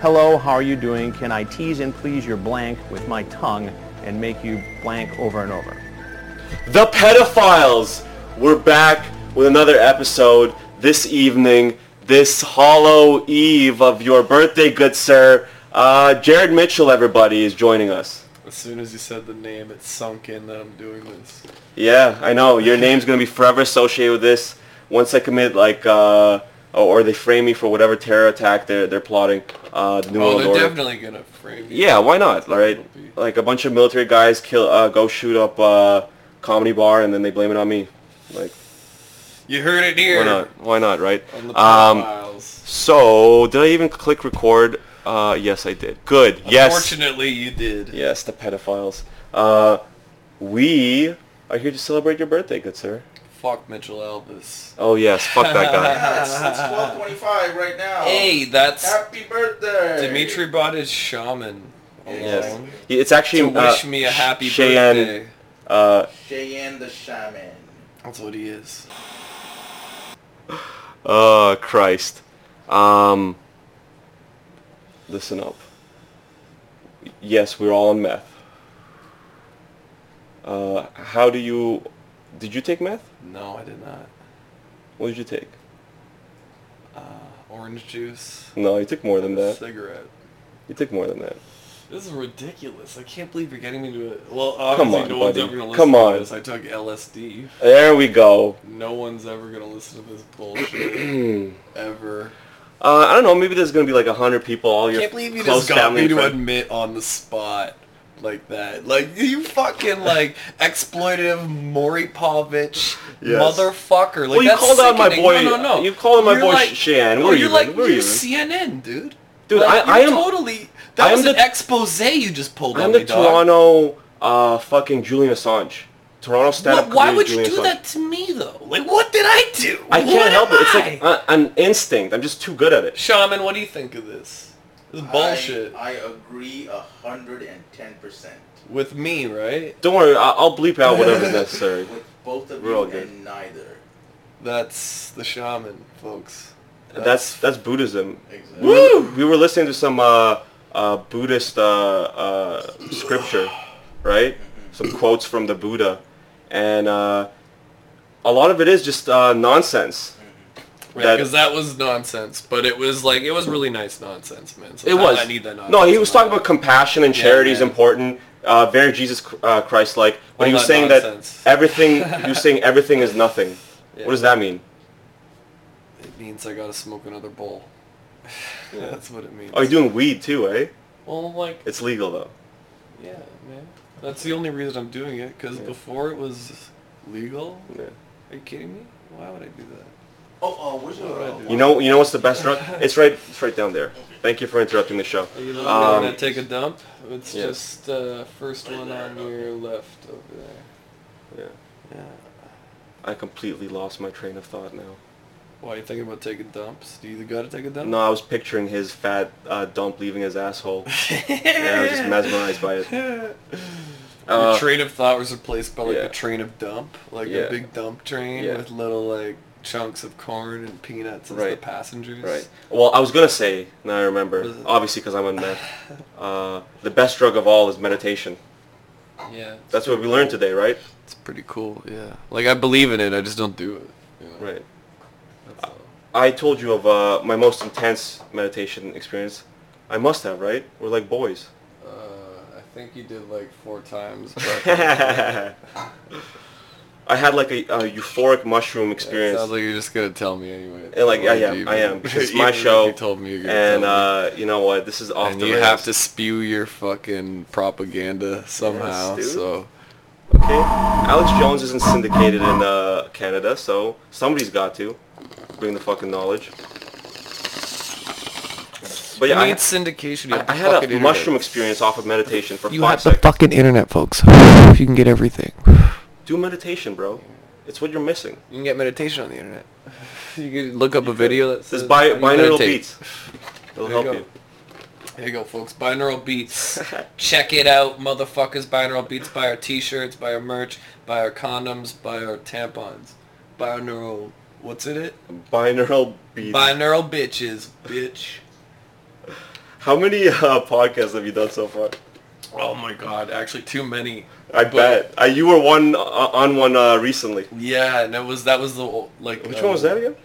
hello, how are you doing? Can I tease and please your blank with my tongue and make you blank over and over? The pedophiles. We're back with another episode this evening, this hollow eve of your birthday, good sir. Uh, Jared Mitchell, everybody, is joining us. As soon as you said the name, it sunk in that I'm doing this. Yeah, I know your name's gonna be forever associated with this. Once I commit, like, uh, or they frame me for whatever terror attack they're they're plotting, uh, the New Oh, World they're Order. definitely gonna frame you. Yeah, why not? All right, like a bunch of military guys kill, uh, go shoot up uh, comedy bar, and then they blame it on me. Like, You heard it why here. not? Why not? Right? On the Um, pedophiles. so, did I even click record? Uh, yes, I did. Good. Yes. Fortunately, you did. Yes, the pedophiles. Uh, we are here to celebrate your birthday, good sir. Fuck Mitchell Elvis. Oh yes, fuck that guy. It's, it's 1225 right now. Hey, that's Happy birthday. Dimitri brought his shaman along yes, Yeah, it's actually to wish uh, me a happy Cheyenne- birthday. Uh, Cheyenne the Shaman. That's what he is. oh Christ. Um, listen up. Yes, we're all on meth. Uh, how do you? Did you take meth? No, I did not. What did you take? Orange juice. No, you took more than that. Cigarette. You took more than that. This is ridiculous. I can't believe you're getting me to it. Well, obviously on, no one's buddy. ever gonna listen Come to on. this. I took LSD. There we go. No one's ever gonna listen to this bullshit ever. Uh, I don't know. Maybe there's gonna be like a hundred people. All your can't believe you close just got family me and to friends. admit on the spot like that. Like you fucking like exploitive Maury Povich Yes. motherfucker. Like Well, you that's called out my sickening. boy- No, no, no. you called out my You're boy Cheyenne. no, We're you're even. like We're you're even. CNN, dude. Dude, Like, I- I you're am- totally. I That am was an the- expose you just pulled I'm on the me, dog. Toronto uh, fucking Julian Assange. Toronto stand-up What, why would you comedian do Julian Assange. that to me though? Like, what did I do? I can't What help am it. It's I? like uh, an instinct. I'm just too good at it. Shaman, what do you think of this? This is bullshit. I, I agree 110%. With me, right? Don't worry, I- I'll bleep out whatever's necessary. With both of We're all you good. and neither. That's the shaman, folks. That's that's Buddhism. Exactly. We were, we were listening to some uh, uh, Buddhist uh, uh, scripture, right? Some quotes from the Buddha, and uh, a lot of it is just uh, nonsense. that- because that, was nonsense. But it was like it was really nice nonsense, man. So It was. I need that nonsense. No, he was in my talking life. about compassion and Yeah, charity is man. important. Uh, very Jesus Cr- uh, Christ like. But he All was that saying nonsense. that everything he was saying everything is nothing. Yeah. What does that mean? It means I gotta smoke another bowl. That's what it means. Oh, you're doing weed too, eh? Well, like It's legal though. yeah, man. That's the only reason I'm doing it. Because before it was legal. Yeah. Are you kidding me? Why would I do that? Oh, oh, where's What would I your... do? You know, you know what's the best drug? It's right, it's right down there. Thank you for interrupting the show. Are you looking Um, to take a dump? It's yes. just uh, first one on your left over there. Yeah. Yeah. I completely lost my train of thought now. Why are you thinking about taking dumps? Do you gotta take a dump? No, I was picturing his fat uh, dump leaving his asshole. yeah, I was just mesmerized by it. Your Uh, train of thought was replaced by like yeah. a train of dump, like Yeah. a big dump train Yeah. with little like chunks of corn and peanuts as the Right. passengers. Right. Well, I was gonna say. Now I remember. What is it? Obviously, because I'm on meth. Uh, the best drug of all is meditation. Yeah. That's what we learned today, right? It's pretty cool. Yeah. Like I believe in it. I just don't do it. you know? Right. That's all. I told you of uh, my most intense meditation experience. I must have, right? We're like boys. Uh, I think you did like four times. But I had like a, a euphoric mushroom it experience. sounds like you're just gonna tell me anyway. And, like, I Like, am, even- I am, because it's my even if show, You told me you're gonna and tell me. uh, you know what? This is off and the you rails. have to spew your fucking propaganda somehow. dude. so Okay. Alex Jones isn't syndicated in uh, Canada, so somebody's got to bring the fucking knowledge. But yeah, you I, need syndication. You I, have I the had a fucking internet. mushroom experience off of meditation for You five have the seconds. fucking internet, folks. you can get everything. You Do meditation, bro. It's what you're missing. can get meditation on the internet. You can look up a video that This says bi- how do you binaural meditate. beats. It'll There help you you. go. There you go, folks. Binaural beats. Check it out, motherfuckers. Binaural beats. Buy our t-shirts. Buy our merch. Buy our condoms. Buy our tampons. Binaural. What's in it? Binaural beats. Binaural bitches, bitch. How many uh, podcasts have you done so far? Oh my god, actually too many. I But- bet I, you were one uh, on one uh, recently. Yeah, and it was that was the o- like. Which uh, one was that again?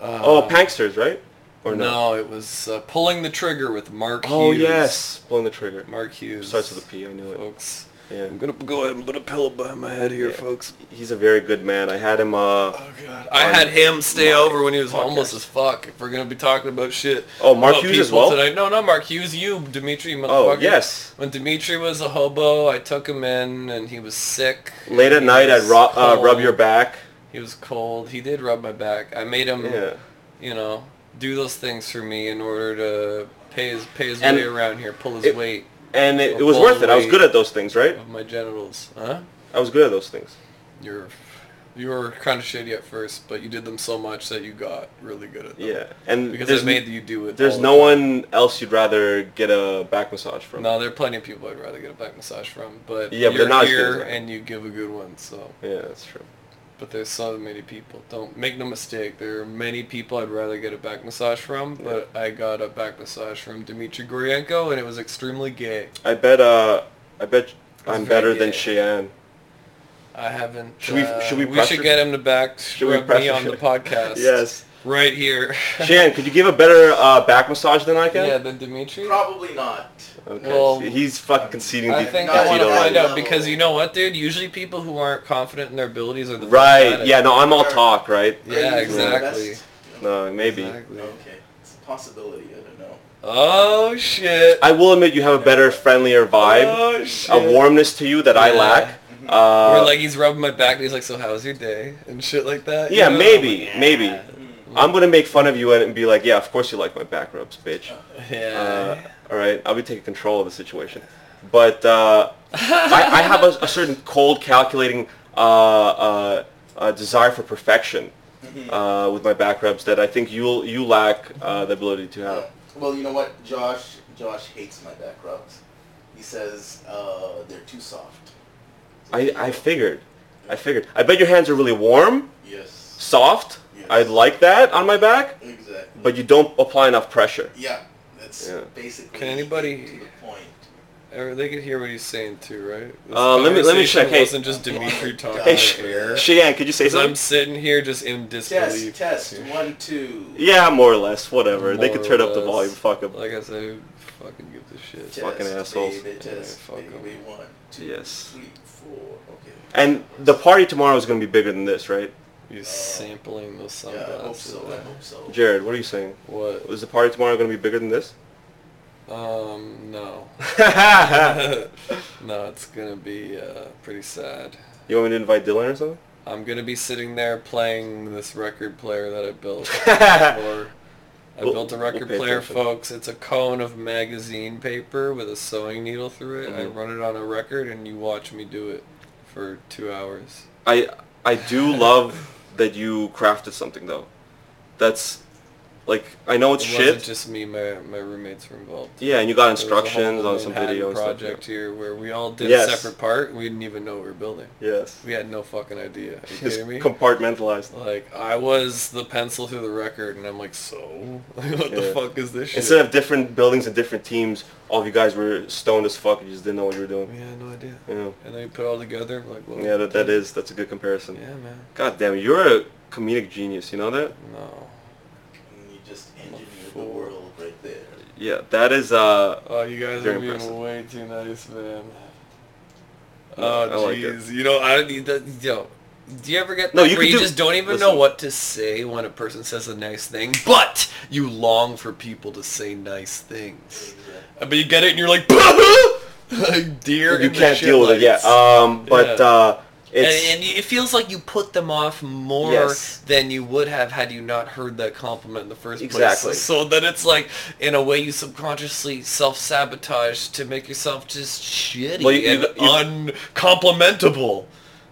Uh, oh, Panksters, right? Or no. no? it was uh, pulling the trigger with Mark. Oh Hughes. yes, blowing the trigger. Mark Hughes. Starts with a P. I knew it. folks. Yeah. I'm gonna go ahead and put a pillow behind my head here, Yeah. folks. He's a very good man. I had him. Uh, Oh god, I had him stay over when he was homeless as fuck. If we're gonna be talking about shit. Oh, Mark about Hughes as people well? Tonight. No, not Mark Hughes. You, Dimitri, oh motherfucker. yes. When Dimitri was a hobo, I took him in, and he was sick. Late at He night, I'd was ro- uh, rub cold. your back. He was cold. He did rub my back. I made him, Yeah. you know, do those things for me in order to pay his pay his And way around here, pull his it- weight And it, A it was full worth it. I was weight. good at those things, right? of my genitals. Huh? I was good at those things. Uh-huh. You're you were kind of shitty at first, but you did them so much that you got really good at them. Yeah. And Because there's I made you do it. there's all no the time. one else you'd rather get a back massage from. No, there are plenty of people I'd rather get a back massage from, but Yeah, but you're they're not as good here as I am. and you give a good one. So, Yeah, that's true. but there's so many people. Don't make no mistake. There are many people I'd rather get a back massage from, but I got a back massage from Dmitry Goryenko, and it was extremely gay. I bet. Uh, I bet That's I'm very better gay. than Cheyenne. I haven't. Should we- uh, should we We pressure- should get him to back we rub me pressure- on the podcast. Yes. Right here. Cheyenne, could you give a better uh, back massage than I can? yeah, then Dimitri. Probably not. Okay. Well, he's fucking conceding. I the- think Because I you want conceding to don't find already. out because you know what, dude? Usually people who aren't confident in their abilities are the best at Right. it. Yeah. No, I'm all talk. Right. Yeah, Are you the exactly. best? No, maybe. Exactly. Okay. It's a possibility. I don't know. Oh shit. I will admit you have a better, friendlier vibe, Oh shit. a warmness to you that I Yeah. lack. Mhm. Uh, Or like he's rubbing my back and he's like, "So how's your day?" and shit like that. you yeah, know? maybe, maybe. Mm. I'm gonna make fun of you and be like, yeah, of course you like my back rubs, bitch. Uh, Yeah. all right, I'll be taking control of the situation. But uh, I, I have a, a certain cold, calculating uh, uh, uh, desire for perfection uh, with my back rubs that I think you'll you lack uh, the ability to have. Well, you know what, Josh? Josh hates my back rubs. He says uh, they're too soft. I, I figured, I figured. I bet your hands are really warm, Yes. soft. Yes. I'd like that on my back, Exactly. but you don't apply enough pressure. yeah, that's Yeah. basically. Can anybody- to the point? Or they could hear what he's saying too, right? This Uh, let me- let me conversation check. Hey- Wasn't just Dimitri talking Hey, in Sh- the air. Cheyenne, could you say 'Cause I'm something? sitting here just in Test, disbelief. test, one, two. Yeah, more or less. Whatever. they More could turn or up the less. volume. Fuck 'em. Like I said, who fucking gives a shit. Test, Fucking assholes. Baby, test, Yeah, fuck baby, 'em. one, two, Yes. three, four. Okay. And the party tomorrow is going to be bigger than this, right? You're sampling those sunglasses. Yeah, I hope so. I hope so. Jared, what are you saying? What? Is the party tomorrow going to be bigger than this? Um, no. no, it's gonna be uh, pretty sad. you want me to invite Dylan or something? I'm gonna be sitting there playing this record player that I built. or I We'll- built a we'll record pay player, attention. folks. It's a cone of magazine paper with a sewing needle through it. I Mhm. run it on a record, and you watch me do it for two hours. I I do love that you crafted something though. That's like I know it's it shit. wasn't just me. My my roommates were involved. yeah, and you got There was a whole instructions on some Manhattan video and stuff. project here where we all did Yes. a separate part. We didn't even know what we were building. Yes. We had no fucking idea. Are you It's kidding me? compartmentalized. like I was the pencil through the record, and I'm like, so what the Yeah. fuck is this shit? Instead of different buildings and different teams, all of you guys were stoned as fuck. You just didn't know what you were doing. we had no idea. Yeah. And then we put it all together. I'm like, well, Yeah, that, that is that's a good comparison. Yeah, man. God damn, it, you're a comedic genius. You know that? No. And you just engineered the Four. world right there. Yeah, that is uh Oh, you guys Very are being impressive. way too nice, man. No, I Oh, like it. jeez. you know, I need that. Yo, do you ever get No, that you where could you do- just don't even listen. know what to say when a person says a nice thing, but you long for people to say nice things. Uh, But you get it, and you're like, like deer. you in the can't deal with it shitlights. yet. Um, but Yeah. uh, And, it's and it feels like you put them off more Yes. than you would have had you not heard that compliment in the first Exactly. place. So then it's like, in a way, you subconsciously self-sabotage to make yourself just shitty Well, you- and you- you- uncomplimentable,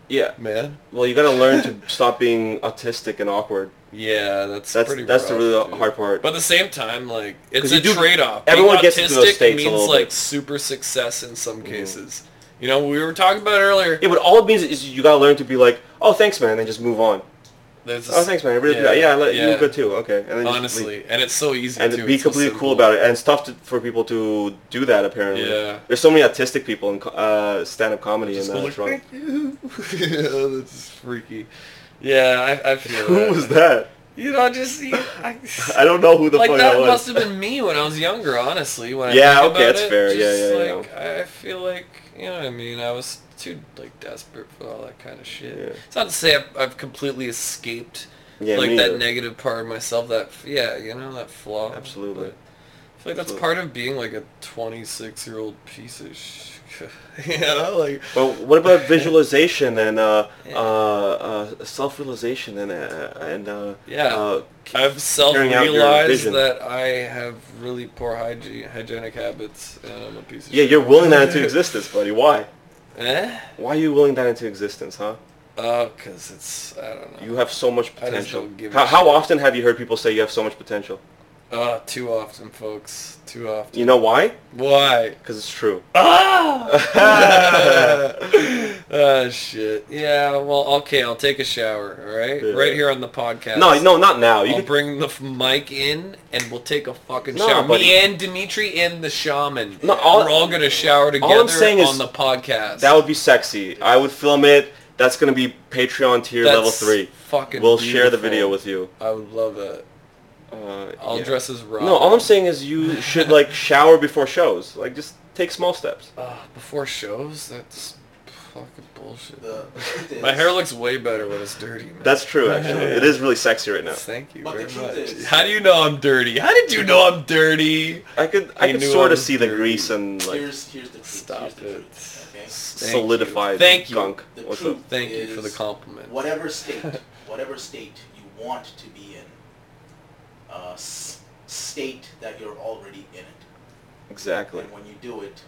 yeah. man. Well, you gotta learn to stop being autistic and awkward. Yeah, that's That's pretty that's the rough, really dude. hard part. But at the same time, like it's 'Cause you a do- trade-off. everyone Being gets into those autistic states a means little like bit. Mm-hmm. super success in some cases. You know, we were talking about it earlier. yeah, but all it means is you gotta learn to be like, oh, thanks, man, and just move on. There's Oh, thanks, man. I really appreciate it. Yeah, I let- you were good too. Okay. And then just leave. Honestly, and it's so easy And too. to be it's so completely cool simple. about it, and it's tough to, for people to do that apparently. Yeah. There's so many autistic people in co- uh, stand-up comedy, and Just that's go wrong. like, yeah, this is freaky. Yeah, I, I feel. Who was that? You know, I just you- I, I don't know who the like fuck that was. must have been me when I was younger. Honestly, when I Yeah, think okay, about that's it, fair. Yeah, just, yeah, yeah. like, I feel like you know what I mean. I was too like desperate for all that kind of shit. Yeah. It's not to say I've, I've completely escaped Yeah, like me that either. negative part of myself. That yeah, you know that flaw. Absolutely. But I feel like that's Absolutely. part of being like a 26 year old piece of sh- you know like Well, what about visualization and uh, Yeah. uh, uh, self-realization and uh, and uh, Yeah. uh, c- I've carrying out your self-realized vision? that I have really poor hygiene, hygienic habits, and I'm a piece of yeah, shit. you're willing that into existence, buddy. Why? Eh? Why are you willing that into existence, huh? Oh, cause it's I don't know. You have so much I just potential. don't give a How, how shit. often have you heard people say you have so much potential? Ah, too often, folks. Too often. You know why? Why? Because it's true. Ah, shit. Yeah. Well, okay. I'll take a shower. All right. Yeah. Right here on the podcast. No, no, not now. You I'll could, bring the f- mic in and we'll take a fucking No, shower. buddy. Me and Dimitri and the shaman. No, all- We're all gonna shower together I'm saying on is the podcast. that would be sexy. I would film it. That's gonna be Patreon tier level That's three. Fucking. We'll share the beautiful. video with you. I would love it. Uh, I'll yeah. dress as Robin. No, all I'm saying is you should like shower before shows. Like just take small steps. Uh, before shows, that's fucking bullshit. The truth is, My hair looks way better when it's dirty, man. That's true actually. It is really sexy right now. Thank you But very the truth much. is- How do you know I'm dirty? How did you know I'm dirty? I could I, I could knew sort I of was see the dirty. grease and like here's here's the truth. Stop here's the it. Truth, okay? Thank you. solidified Thank you. gunk. The What's up? truth Thank you for the is compliment. Whatever state, whatever state you want to be in, uh, s- state that you're already in it. Exactly. And when you do it,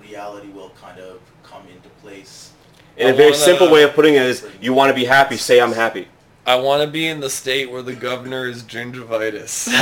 reality will kind of come into place. And I a very wanna- simple way of putting it is you want to be happy, say I'm happy. I want to be in the state where the governor is gingivitis.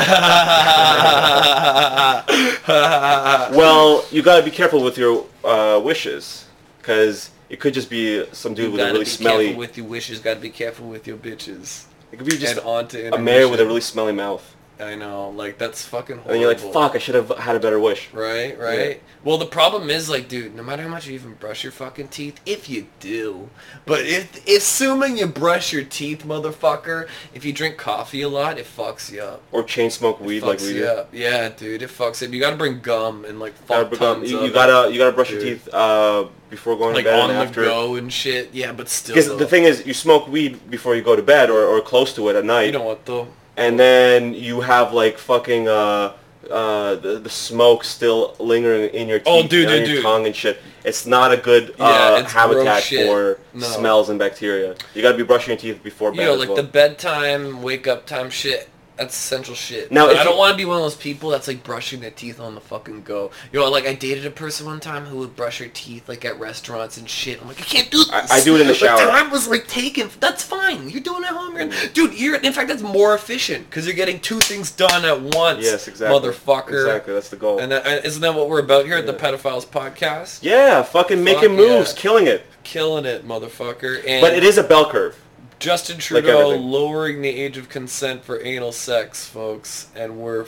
yeah, Well, you got to be careful with your uh, wishes cuz it could just be some dude you with a gotta really be smelly careful with your wishes. Gotta be careful with your bitches. it could be just and on to a mayor with a intermission. really smelly mouth. I know, like that's fucking horrible. And you're like, "Fuck, I should have had a better wish." Right, right. Well, the problem is, like, dude, no matter how much you even brush your fucking teeth, if you do, but if assuming you brush your teeth, motherfucker, if you drink coffee a lot, it fucks you up. Or chain smoke weed fucks like we you do. up. Yeah, dude, it fucks up. You gotta bring gum and like Gotta fuck bring up- tons you, of you it. gotta you gotta brush your Dude. teeth uh, before going like to bed on and the after. go and shit. Yeah, but still, Because though, the thing is, you smoke weed before you go to bed or, or close to it at you night, know what though? and then you have like fucking uh, uh, the, the smoke still lingering in your teeth Oh, dude, and on dude, your dude. tongue and shit. It's not a good Yeah, uh, it's habitat gross shit. for No. smells and bacteria. You gotta be brushing your teeth before bed You know, as like well. the bedtime, wake up time shit. That's essential shit. Now, Now, if I you- don't want to be one of those people that's like brushing their teeth on the fucking go. You know, like I dated a person one time who would brush her teeth like at restaurants and shit. I'm like, I can't do this. I- I do it in the shower. Mm. Like, time was like taken. That's fine. You're doing it at home. You're Dude, you're in fact that's more efficient because you're getting two things done at once. yes, exactly, motherfucker. Exactly, that's the goal. And that, and isn't that what we're about here at the Yeah. Pedophiles Podcast? yeah, fucking making Fuck moves, yeah. killing it. Killing it, motherfucker. And But it is a bell curve. Justin Trudeau everything. lowering the age of consent for anal sex, folks, and we're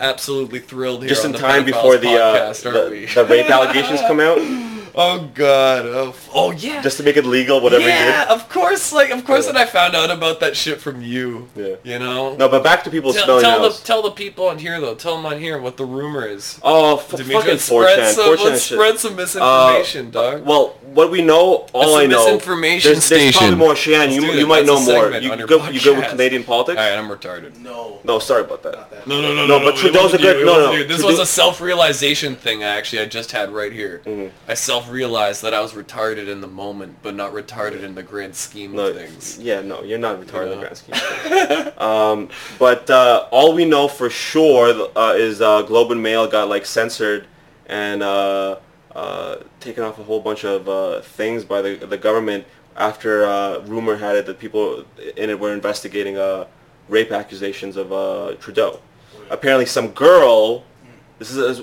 absolutely thrilled here. Just on in the time Pedophiles before the, uh, podcast, aren't the we? the rape allegations come out. oh god! Oh, f- oh yeah! just to make it legal, whatever yeah, you of course. Like of course Yeah. that I found out about that shit from you. Yeah. You know. did. No, but back to people Tell, smelling tell the out. tell the people on here though. Tell them on here what the rumor is. oh, f- fucking Demetrius, 4chan. spread some, 4chan let's shit. Uh, spread some misinformation, dog. Well, what we know, all It's a I know. misinformation there's, there's probably station. more Shan. Let's You, do you that. might know That's a more. segment You on your good? You good with podcast. Canadian politics? All right, I'm retarded. No. No, sorry about that. Not that. No, no, no, No, no. but it Trudeau's wasn't a good- you, it no, wasn't no, you. This Trudeau- was a self-realization thing. Actually, I just had right here. Mm-hmm. I self-realized that I was retarded in the moment, but not retarded in the grand scheme No, of things. yeah, no, you're not retarded in the Yeah. grand scheme. of things. um, but uh, all we know for sure uh, is uh, Globe and Mail got like censored and uh, uh, taken off a whole bunch of uh, things by the the government after uh, rumor had it that people in it were investigating uh, rape accusations of uh, Trudeau. Apparently, some girl. This is, is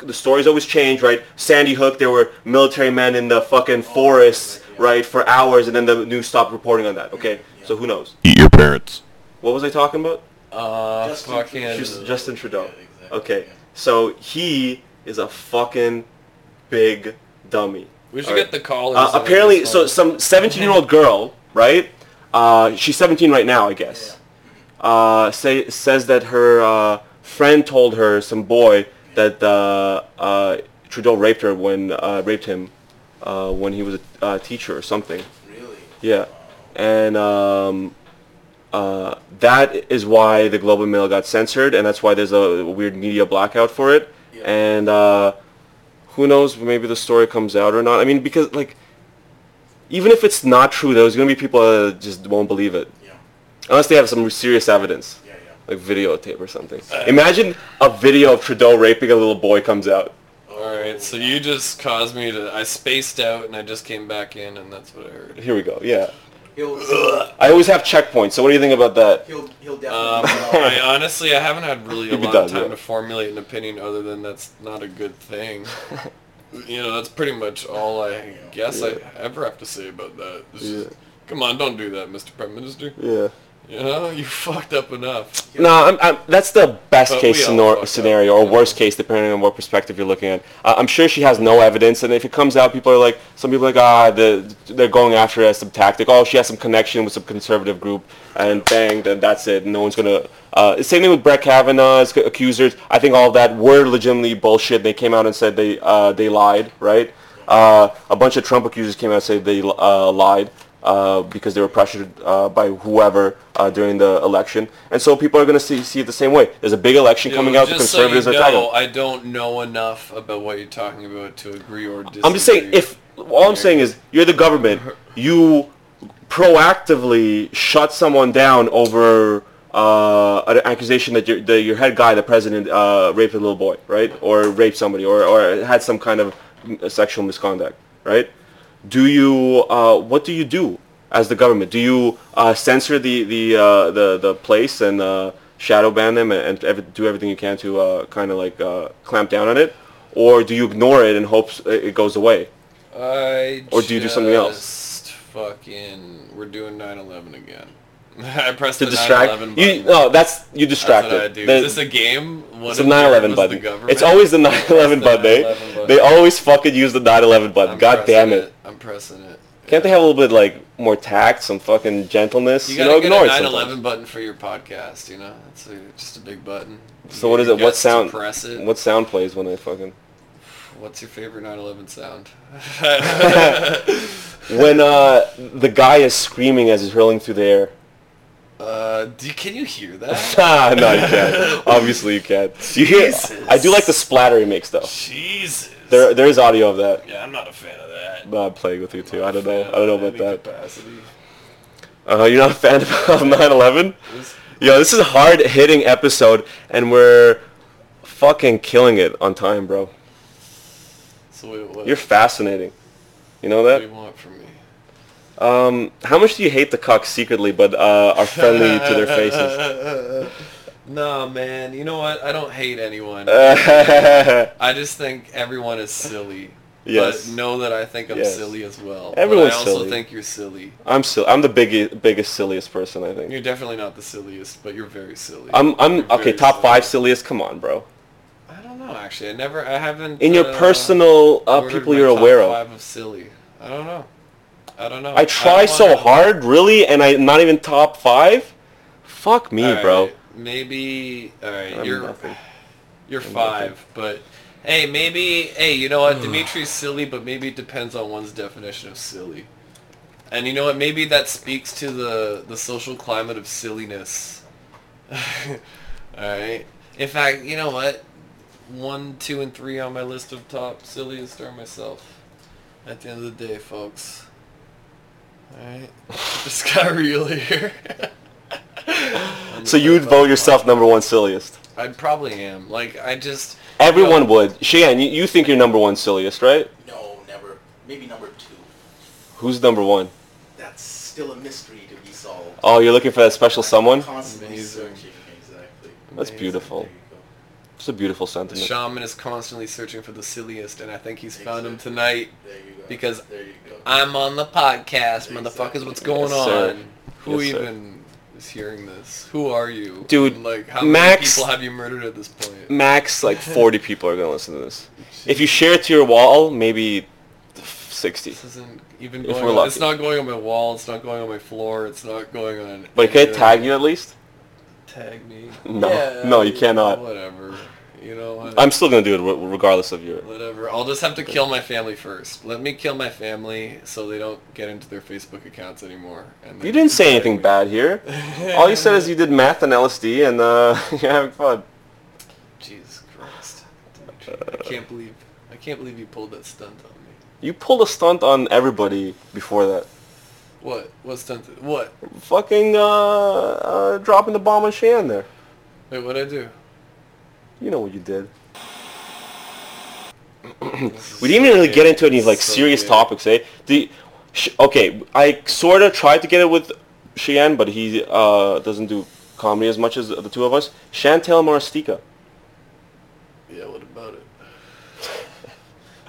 the stories always change, right? Sandy Hook, there were military men in the fucking forests, right, yeah. right? right, for hours, and then the news stopped reporting on that. Okay, So who knows? Eat your parents. What was I talking about? Uh, Justin fucking. Trudeau. Just, Justin Trudeau. Yeah, exactly, Okay, yeah. so he is a fucking big dummy. we should All get right. the callers. Uh, on apparently, this so one. some 17-year-old girl, right? Uh, she's 17 right now, I guess. Uh, say says that her uh, friend told her some boy that uh, uh, Trudeau raped her when uh, raped him uh, when he was a uh, teacher or something. Really? Yeah, and um, uh, that is why the Globe and Mail got censored, and that's why there's a weird media blackout for it. Yeah. And uh, who knows? Maybe the story comes out or not. I mean, because like, even if it's not true, there's gonna be people that just won't believe it Yeah. unless they have some serious evidence, Yeah. Yeah. like videotape or something. Imagine a video of Trudeau raping a little boy comes out. All right, so you just caused me to. I spaced out and I just came back in, and that's what I heard. Here we go. Yeah, He'll I always have checkpoints. So what do you think about that? he'll he'll Um, I definitely. honestly, I haven't had really a If it lot does, of time yeah. to formulate an opinion other than that's not a good thing. you know, that's pretty much all I guess I ever have to say about that. It's just, Yeah. Come on, don't do that, Mr. Prime Minister. Yeah. You know, you fucked up enough. No, I'm, I'm, that's the best But case we all scenor- fucked up. scenario, or worst case, depending on what perspective you're looking at. Uh, I'm sure she has no evidence, and if it comes out, people are like, some people are like, ah, the, they're going after her as some tactic. Oh, she has some connection with some conservative group, and bang, then that's it. No one's gonna. Uh, same thing with Brett Kavanaugh's c- accusers. I think all of that were legitimately bullshit. They came out and said they uh, they lied, right? Uh, a bunch of Trump accusers came out and said they uh, lied uh, because they were pressured uh, by whoever uh, during the election, and so people are going to see, see it the same way. There's a big election coming Yo, out. The just so you conservatives are know, attacking. I don't know enough about what you're talking about to agree or disagree. I'm just saying, if all I'm saying is you're the government, you proactively shut someone down over uh, an accusation that your the, your head guy, the president, uh, raped a little boy, right, or raped somebody, or or had some kind of m- sexual misconduct, right? Do you uh, what do you do as the government? Do you uh, censor the the uh, the the place and uh, shadow ban them and, and ev- do everything you can to uh, kind of like uh, clamp down on it, or do you ignore it and hope s- it it goes away? I Or do you do something else? just Fucking, we're doing 9/11 again. I pressed To the distract 9/11 you? oh, button. No, that's you That's distracted. what I do. The- Is this a game? What it's a if there 9/11 was the button. government? It's always the 9/11 the button. eh? 9/11 button. They always fucking use the 9/11 button. I'm God pressing damn it! I'm pressing it. Can't they have a little bit like more tact, some fucking gentleness? You You, gotta know, get ignore a it 9/11 sometimes. button for your podcast. You know, it's a, just a big button. So You what is it? What guess to sound? Press it. What sound plays when I fucking? What's your favorite 9/11 sound? when uh, the guy is screaming as he's hurling through the air. uh, do you- can you hear that? Ah, no, you can't. Obviously, you can't. You hear? I do like the splatter he makes, though. Jesus. There, there is audio of that. yeah, I'm not a fan of that. No, I'm playing with you too. I don't know. I don't know about that. Capacity. Uh, you're not a fan of 9/11? This- Yo, this is a hard-hitting episode, and we're fucking killing it on time, bro. So wait, what, You're fascinating. You know what do that? you want from me? Um, how much do you hate the cuck secretly, but uh, are friendly to their faces? No, man. You know what? I don't hate anyone. I just think everyone is silly. Yes. But know that I think I'm Yes. silly as well. Everyone's but I also silly. think you're silly. I'm still. I'm the biggest, biggest, silliest person. I think. You're definitely not the silliest, but you're very silly. I'm. You're I'm okay. very Top silly. five silliest. Come on, bro. I don't know. Actually, I never. I haven't. In your uh, personal uh, ordered people my you're top aware of. Five of silly. I don't know. I don't know. I try don't so wanna- hard, really, and I'm not even top five. Fuck me, All right, bro. Maybe. All right, I'm you're nothing. you're five, but hey, maybe hey, you know Hmm. what? Dimitri's silly, but maybe it depends on one's definition of silly. And you know what? Maybe that speaks to the the social climate of silliness. all right. In fact, you know what? One, two, and three on my list of top silliest are myself. At the end of the day, folks. All right, just got real here. So you'd vote yourself number one silliest. I probably am. Like I just Everyone would. Cheyenne, you, you think you're number one silliest, right? No, never. Maybe number two. Who's number one? That's still a mystery to be solved. Oh, you're looking for that special someone? Constantly Amazing. searching, exactly. That's Amazing. beautiful. There you go. It's a beautiful The sentiment. shaman is constantly searching for the silliest, and I think he's found him tonight. There you go. Because there you go. I'm on the podcast, motherfuckers. What's going Yes, sir. on? Who Yes, sir. even is hearing this? Who are you? Dude, And, like how Max- many people have you murdered at this point? Max, like 40 people are gonna listen to this. If you share it to your wall, maybe 60. This isn't even If going. we're On, lucky. it's not going on my wall. It's not going on my floor. It's not going on. But can I any tag other- you at least? Tag me. No. No, you cannot. Whatever. You know. What? I'm still gonna do it re- regardless of your. Whatever. I'll just have to kill my family first. Let me kill my family so they don't get into their Facebook accounts anymore. And then You didn't say tag anything me. bad here. All you said is you did math and LSD and uh, you're having fun. Jesus Christ. Dimitri, I can't believe I can't believe you pulled that stunt on me. You pulled a stunt on everybody before that. What? What stunt? What? Fucking uh, uh, dropping the bomb on Shan there. Wait, what'd I do? You know what you did. This is We didn't even so really get gay. into any like So serious gay. topics, eh? The sh- okay, I sort of tried to get it with Cheyenne, but he uh, doesn't do comedy as much as the two of us. Chantel Marastica. Yeah, what about it?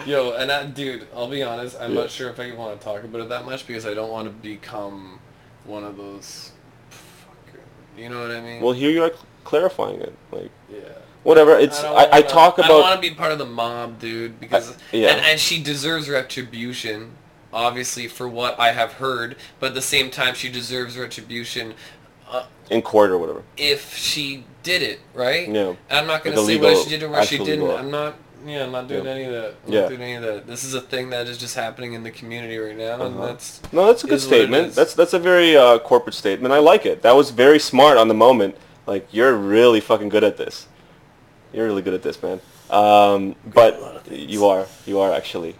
Yo, and I, dude, I'll be honest. I'm Yeah. not sure if I want to talk about it that much because I don't want to become one of those. Fucking, you know what I mean? Well, here you are cl- clarifying it. Like yeah. whatever. It's don't I, I, wanna- talk I don't about. want to be part of the mob, dude, because yeah. and, and she deserves retribution, obviously, for what I have heard. But at the same time, she deserves retribution uh, in court or whatever. if she did it, right? Yeah. And I'm not gonna Like a say whether legal- she did or where she actual didn't. legal- I'm not. Yeah, I'm not doing Yeah. any of that. I'm Yeah. not doing any of that. This is a thing that is just happening in the community right now, and that's Uh-huh. No, that's a good is what it statement. is. That's that's a very uh, corporate statement. I like it. That was very smart on the moment. Like you're really fucking good at this. You're really good at this, man. Um, but you are, you are actually.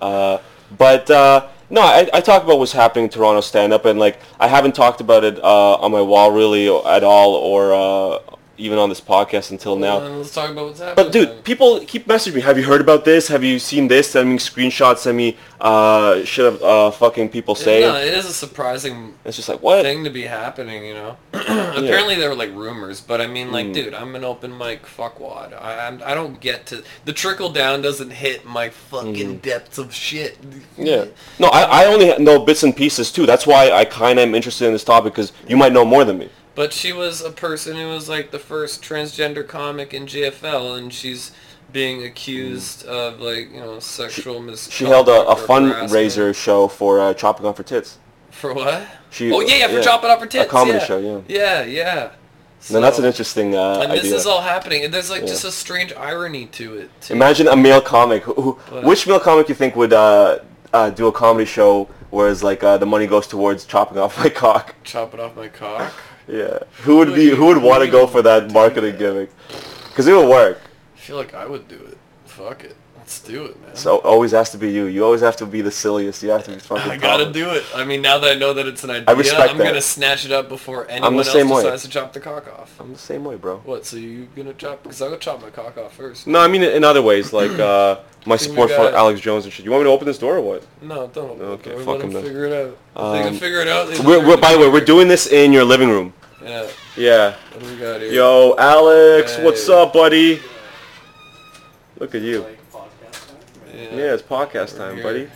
Uh, but uh, no, I, I talk about what's happening in Toronto stand-up, and like I haven't talked about it uh, on my wall really at all, or uh, even on this podcast until now. Well, then let's talk about what's happening. But dude, people keep messaging me. Have you heard about this? Have you seen this? Send me screenshots. Send me uh, shit of uh, fucking people say saying. no, it is a surprising It's just like what? thing to be happening, you know. Apparently there were like rumors, but I mean, Hmm. like, dude, I'm an open mic fuckwad. I I'm, I don't get to the trickle down doesn't hit my fucking depths of shit. Hmm. Yeah. No, I, I only know bits and pieces too. That's why I kind of am interested in this topic because you might know more than me. But she was a person who was like the first transgender comic in JFL, and she's being accused of like you know sexual misconduct. Hmm. She held a, a or harassment. fundraiser show for uh, Chopping Off Her Tits. for what? She- oh yeah, yeah, for yeah, chopping up her a tits. comedy yeah. show, yeah. Yeah, yeah. Now that's an So- interesting uh, And idea. this is all happening, and there's like just a strange irony to it. Too. Imagine a male comic. Who, who, which male comic you think would uh, uh, do a comedy show whereas like uh, the money goes towards chopping off my cock? Chop it off my cock. Yeah. Who would be? Who would want to go for that marketing gimmick? Because it would work. I feel like I would do it. Fuck it. Let's do it, man. So always has to be you. You always have to be the silliest. You have to be fucking. I gotta talented. do it. I mean, now that I know that it's an idea, respect am that. gonna snatch it up before anyone the else same way. decides to chop the cock off. I'm the same way, bro. What? So you gonna chop? Because I would chop my cock off first. No, I mean in other ways, like uh, my Think we support for got- Alex Jones and shit. You want me to open this door or what? No, don't. open the Okay, door. fuck Let 'em them then. figure it out. If they can Um, figure it out. they can We're, figure we're it by the way, out. we're doing this in your living room. Yeah. Yeah. What do we got here? Yo, Alex, what's Hey. up, buddy? Look at you. Yeah. Yeah, it's podcast We're time, here. buddy.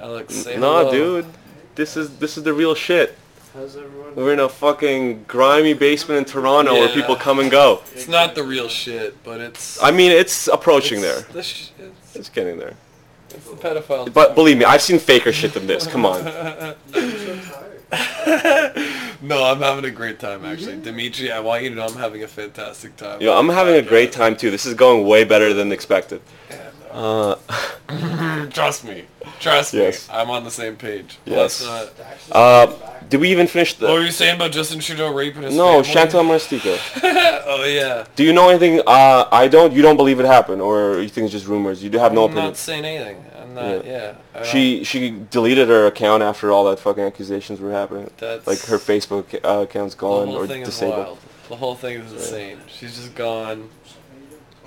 Alex, say Nah, hello. dude, this is this is the real shit. How's everyone? We're in a fucking grimy basement in Toronto where Yeah. people come and go. It's not the real shit, but it's. I mean, it's approaching it's there. The sh- it's, It's getting there. it's the pedophile. But believe me, I've seen faker shit than this. Come on. No, I'm having a great time actually. Dimitri, I want you to know I'm having a fantastic time. Yo, I'm having a great time too. This is going way better than expected. Trust me. Trust Yes. me. I'm on the same page. Yes. Let's not- Uh, did we even finish what the? were you saying about Justin Trudeau raping his No, family? Chantal Marastica. Oh yeah. Do you know anything? Uh, I don't. You don't believe it happened, or you think it's just rumors? You do have no I'm opinion. not saying anything. I'm not. Yeah. Yeah. Uh, I don't- She she deleted her account after all that fucking accusations were happening. That's- like her Facebook uh, account's The gone whole or thing is disabled. wild. The whole thing is insane. She's just gone.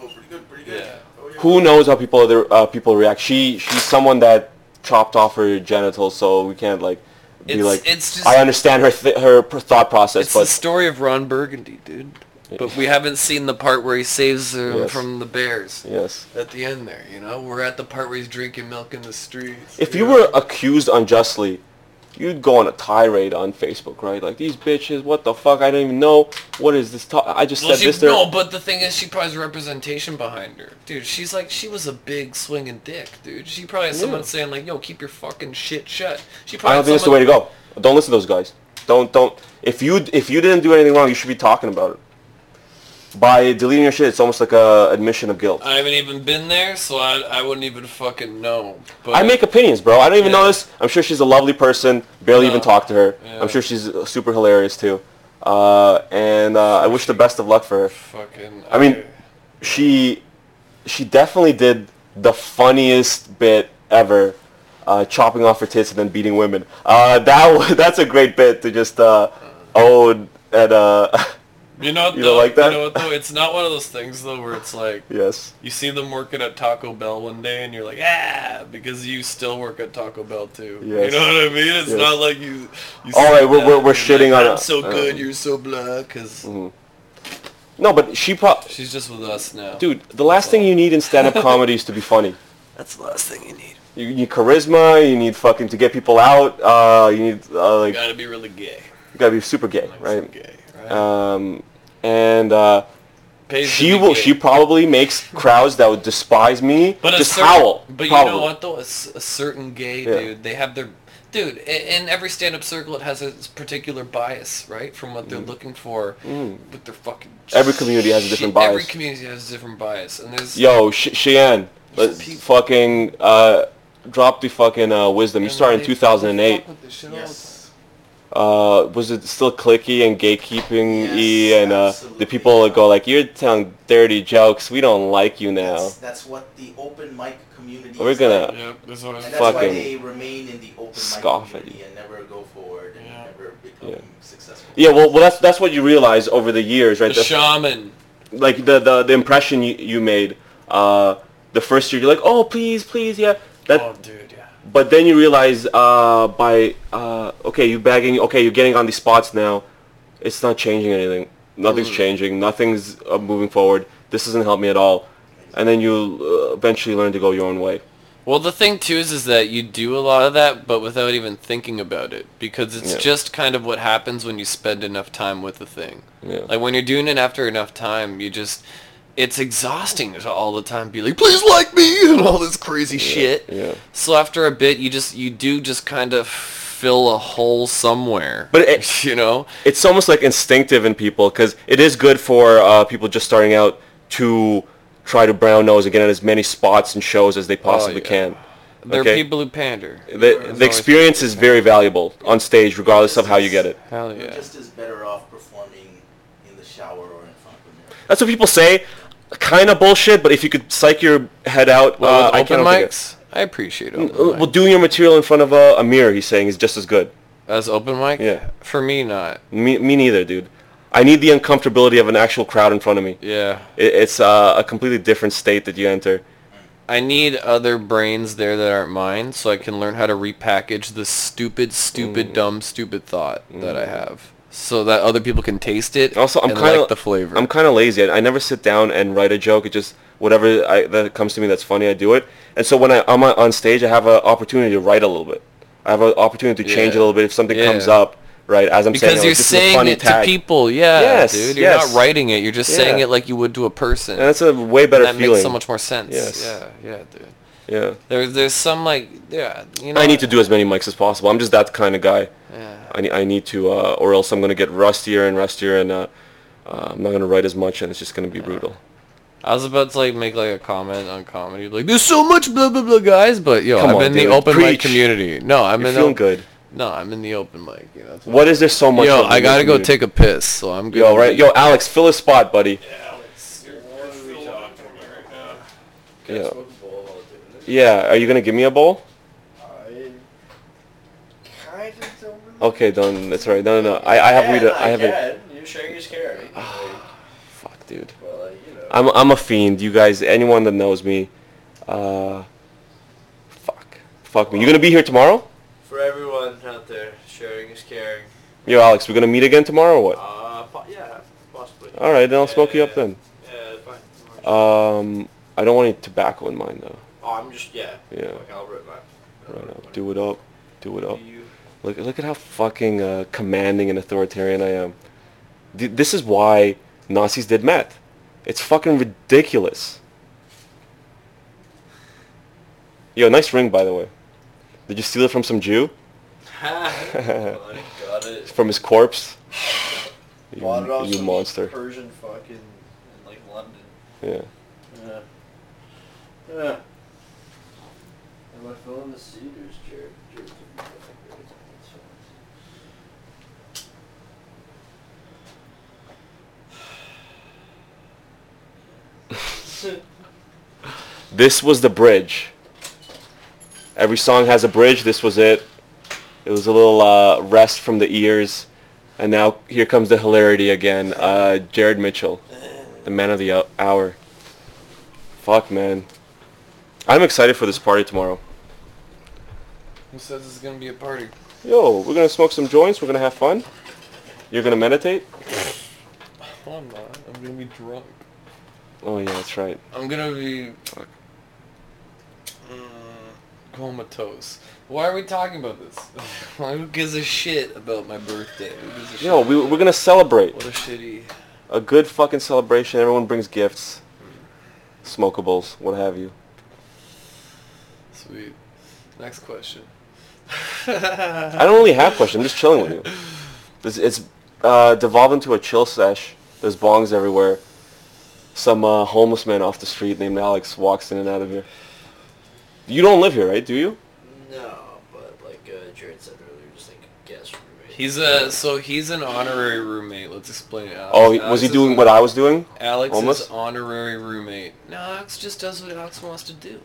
Oh, pretty good, pretty good. Yeah. Oh, yeah. Who knows how people other uh, people react? She she's someone that chopped off her genitals, so we can't like be It's- like. it's just- I understand her th- her pr- thought process, It's but the story of Ron Burgundy, dude. But we haven't seen the part where he saves them Yes. from the bears. yes. At the end there, you know, we're at the part where he's drinking milk in the streets. If you were accused unjustly, you'd go on a tirade on Facebook, right? Like these bitches, what the fuck? I don't even know what is this. To- I just Well, said she, this. There. no, but the thing is, she probably has representation behind her, dude. She's like, she was a big swinging dick, dude. She probably has someone Yeah. saying like, "Yo, keep your fucking shit shut." She I probably. don't think had that's the way to go. Don't listen to those guys. Don't don't. If you if you didn't do anything wrong, you should be talking about it. By deleting your shit, it's almost like a admission of guilt. I haven't even been there, so I, I wouldn't even fucking know. But I make opinions, bro. I don't even Yeah. know this. I'm sure she's a lovely person. Barely even No. talked to her. Yeah. I'm sure she's uh, super hilarious too. Uh, and uh, I wish the best of luck for her. fucking. I mean, she she definitely did the funniest bit ever, uh, chopping off her tits and then beating women. Uh, that wa- that's a great bit to just uh, own and uh, you know, what, you don't though? like that? You know what though? It's not one of those things though where it's like. yes. You see them working at Taco Bell one day, and you're like, ah, because you still work at Taco Bell too. Yes. You know what I mean? It's Yes. not like you. you All sit right, we're- down we're- and we're you're shitting like, on I'm a- so uh, good, you're so blah, because No, but she pro- she's just with us now. dude. The last thing you need in stand-up comedy is to be funny. that's the last thing you need. You you need charisma. You need fucking to get people out. Uh, you need uh, You like gotta be really gay. you gotta be super gay, Like, right? Gay, right? Um, and uh, Pays to she be will. gay. She probably makes crowds that would despise me But just a certain, howl. But probably. you know what though? A, s- a certain gay Yeah. dude, they have their dude. i- In every stand-up circle, it has its particular bias, right? From what they're looking for, with their fucking. Mm. Every community has a different shit. Every bias. community has a different bias, and there's. Yo, Sh- Cheyenne, There's let's people- fucking uh, drop the fucking uh, wisdom. You and started in they fuck 2008. with this shit all the Yes. Uh, was it still clicky and gatekeeping? y Yes, and uh, the absolutely. people that go like, "You're telling dirty jokes. We don't like you now." That's, that's what the open mic community. We're is gonna- like. time. Yep, that's what I was And that's why fucking they remain in the open scoff at mic community and never go forward and Yeah. never become Yeah. successful. Yeah, well, well, that's that's what you realize over the years, right? The shaman. like the the, the impression you, you made uh, the first year you're like oh please please yeah that oh, dude, yeah. but then you realize uh, by uh, okay you bagging okay you're getting on these spots now it's not changing anything Mm. nothing's changing nothing's uh, moving forward this doesn't help me at all and then you uh, eventually learn to go your own way Well, the thing too is, is that you do a lot of that, but without even thinking about it, because it's Yeah. just kind of what happens when you spend enough time with the thing. Yeah. Like when you're doing it after enough time, you just, it's exhausting to all the time be like, please like me and all this crazy shit. yeah. So after a bit, you just, you do just kind of fill a hole somewhere. But it- you know, it's almost like instinctive in people because it is good for uh, people just starting out to try to brown nose and get on as many spots and shows as they possibly Oh, can yeah. there Okay. are people who pander. the, always the experience is very valuable on stage, regardless of how you get it. Hell You're yeah. just as better off performing in the shower or in front of a mirror. That's what people say. Kind of bullshit, but if you could psych your head out, uh, Well, I with can't open think it- mics, I appreciate open Uh, Well, mics. doing your material in front of a, a mirror, he's saying, is just as good. As open mic? Yeah. For me, not. Me, me neither, dude. I need the uncomfortability of an actual crowd in front of me. Yeah. It, it's uh, a completely different state that you enter. I need other brains there that aren't mine so I can learn how to repackage the stupid, Mm. stupid, dumb, stupid thought that I have so that other people can taste it Also, I'm and kind of like the flavor. I'm kind of lazy. I, I never sit down and write a joke. It just whatever I, that comes to me that's funny, I do it. And so when I, I'm on- on stage, I have an opportunity to write a little bit. I have an opportunity to change a Yeah. little bit if something Yeah. comes up, right? As I'm because saying, you're like, this is a saying funny it tag. to people, yeah, Yes, dude. You're yes. not writing it. You're just saying Yeah. it like you would to a person. and that's a way better And that feeling. makes so much more sense. Yes. Yeah, yeah, dude. yeah. There, there's some like, yeah, you know. I need to do as many mics as possible. I'm just that kind of guy. Yeah. I need, I need to, uh, or else I'm gonna get rustier and rustier, and uh, uh, I'm not gonna write as much, and it's just gonna be brutal. I was about to like make like a comment on comedy, like there's so much blah blah blah guys, but yo, Come I'm on, in dude. the open Preach. mic community. No, I'm You're in feeling the, good. No, I'm in the open mic. You know. What is there so much? Yo, of in I your gotta go community? take a piss, so I'm good. Yo, right? Yo, Alex, fill a spot, buddy. Yeah. Yeah, are you gonna give me a bowl? Kind of don't really- Okay, done. That's all right. No, no, no. Oh, I, I have weed. Can, I have it. can. You're sharing your scare. Like, Fuck, dude. well, like, you know. I'm, I'm a fiend. You guys, anyone that knows me, uh, fuck, fuck me. You gonna be here tomorrow? For everyone out there, sharing is caring. Yo, Alex, we're gonna meet again tomorrow or what? Uh, po- yeah, possibly. All right, then I'll smoke you up Yeah, then. Yeah, fine. Uh, Um, I don't want any tobacco in mine though. oh, I'm just yeah. Yeah. Like I'll rip mine. Right up. Do it up. Do it up. Do you? Look, look at how fucking uh, commanding and authoritarian I am. Th- this is why Nazis did meth. It's fucking ridiculous. Yo, nice ring, by the way. Did you steal it from some Jew? Got it, got it. From his corpse? You, Bought it off you some monster. Persian fucking in like London. Yeah. Yeah. Yeah. And my phone, the Cedars, Jared. Jared's gonna be back, right? That's fine. This was the bridge. Every song has a bridge. This was it. It was a little uh, rest from the ears. And now here comes the hilarity again. Uh, Jared Mitchell, the man of the hou- hour. Fuck, man. I'm excited for this party tomorrow. Who says it's gonna be a party? Yo, we're gonna smoke some joints. We're gonna have fun. You're gonna meditate? I'm not. I'm gonna be drunk. Oh yeah, that's right. I'm gonna be Mm, comatose. Why are we talking about this? Why who gives a shit about my birthday? Who gives a shit? Yo, we, we're gonna celebrate. What a shitty. A good fucking celebration. Everyone brings gifts, smokables, what have you. Sweet. Next question. I don't really have questions. I'm just chilling with you. This, it's uh, devolved into a chill sesh. There's bongs everywhere. Some uh, homeless man off the street named Alex walks in and out of here. You don't live here, right? Do you? No, but like uh, Jared said earlier, just like a guest roommate. He's uh, a so he's an honorary roommate. Let's explain. Alex. Oh, Alex was he is doing an- what I was doing? Alex homeless? is honorary roommate. No, Alex just does what Alex wants to do.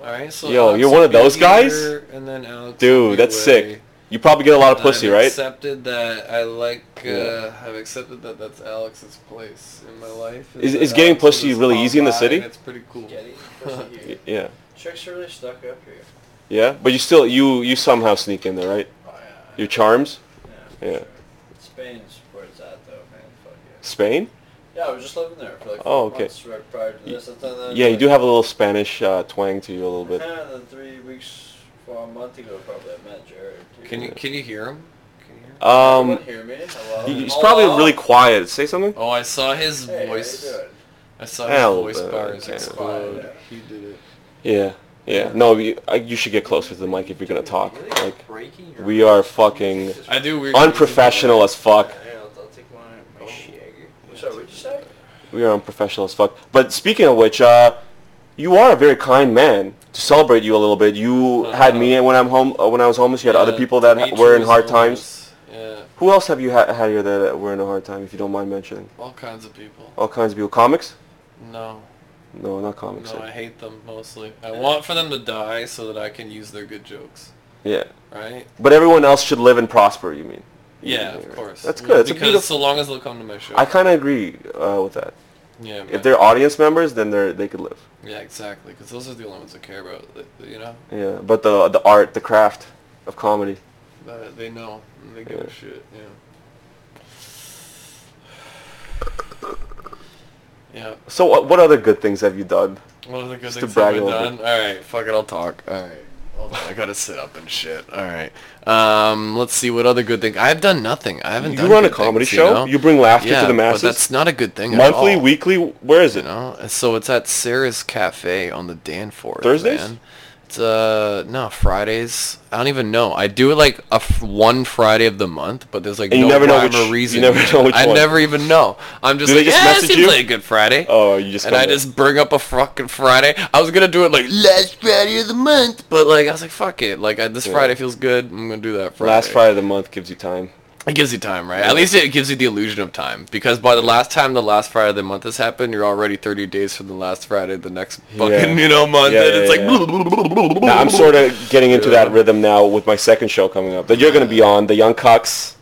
All right. So Yo, Alex you're one will of those be guys? here, and then Alex. will be Dude, that's away. sick. You probably get a lot of pussy, I've right? accepted that I like. Uh, Yeah. I've accepted that that's Alex's place in my life. Is- that is getting Alex will pussy just really pop easy in the by city? and It's pretty cool. Getty. pussy Y- here. Yeah, Chicks are really stuck up here. yeah. But you still you you somehow sneak in there, right? Oh yeah. Your charms, for Yeah. Sure. Spain's where it's at though, man. Fuck yeah. Spain. Yeah, I was just living there for like Oh, four okay. months right prior to this. And then, then Yeah, you do have a little Spanish uh, twang to you a little bit. Yeah, and then three weeks, well, a month ago probably, I met Jared. too. Can you can you hear him? Can you hear him? Um, Everyone hear me? Hello? he- he's probably really quiet. Say something. Oh, I saw his Hey, how you voice. doing? I saw Yeah, a his little voice bit, bars okay. explode. Yeah. He did it. Yeah, yeah. No, you, I, you should get closer to the mic if you're gonna talk. Like, breaking your- we are fucking I do weird. unprofessional as fuck. Yeah, I'll, I'll take one of Oh. my Jaeger. Sorry, what'd you say? We are unprofessional as fuck. But speaking of which, uh, you are a very kind man. To celebrate you a little bit, you had me when I'm home. Uh, when I was homeless, you had other Uh-huh. Yeah, people that ha- Dimitri were in was hard times. homeless. Yeah, Who else have you ha- had here that were in a hard time? If you don't mind mentioning, all kinds of people. all kinds of people. Comics? No, No, not comics. no, I hate them mostly. I want for them to die so that I can use their good jokes. Yeah, Right? but everyone else should live and prosper. You mean? Yeah, of course. That's good. It's a Because beautiful- so long as they'll come to my show. I kind of agree uh, with that. yeah, If man. they're audience members, then they're they could live. yeah, exactly. Because those are the only ones I care about. that- that, You know, Yeah, but the the art, the craft of comedy. that they know and they give Yeah. a shit. Yeah. Yeah. So what, what other good things have you done? What other good Just to things brag have a we little done? All right, fuck it, I'll talk. All right, hold on, I gotta sit up and shit. All right, um, let's see what other good thing. I've done nothing. I haven't. You done run a good comedy things, show. You, know? You bring laughter yeah, to the but masses. that's not a good thing. at Monthly, all, weekly. Where is You it? know, so it's at Sarah's Cafe on the Danforth. Thursdays? man. It's uh no Fridays. I don't even know. I do it like a f- one Friday of the month, but there's like And you no never know rhyme which- or you reason. never know which I one. never even know. I'm just Do they like, just yeah, it message seems you? like a good Friday Oh, you just and come I there. just bring up a fucking Friday. I was gonna do it like last Friday of the month, but like I was like, fuck it. Like I, this Yeah. Friday feels good. I'm gonna do that Friday. last Friday of the month gives you time. It gives you time, right? At least it gives you the illusion of time because by the last time the last Friday of the month has happened, you're already 30 days from the last Friday of the next fucking Yeah. you know month, Yeah, and yeah, it's like. yeah. Now, I'm sort of getting into Yeah. that rhythm now with my second show coming up that you're going to be on, the Young Cucks.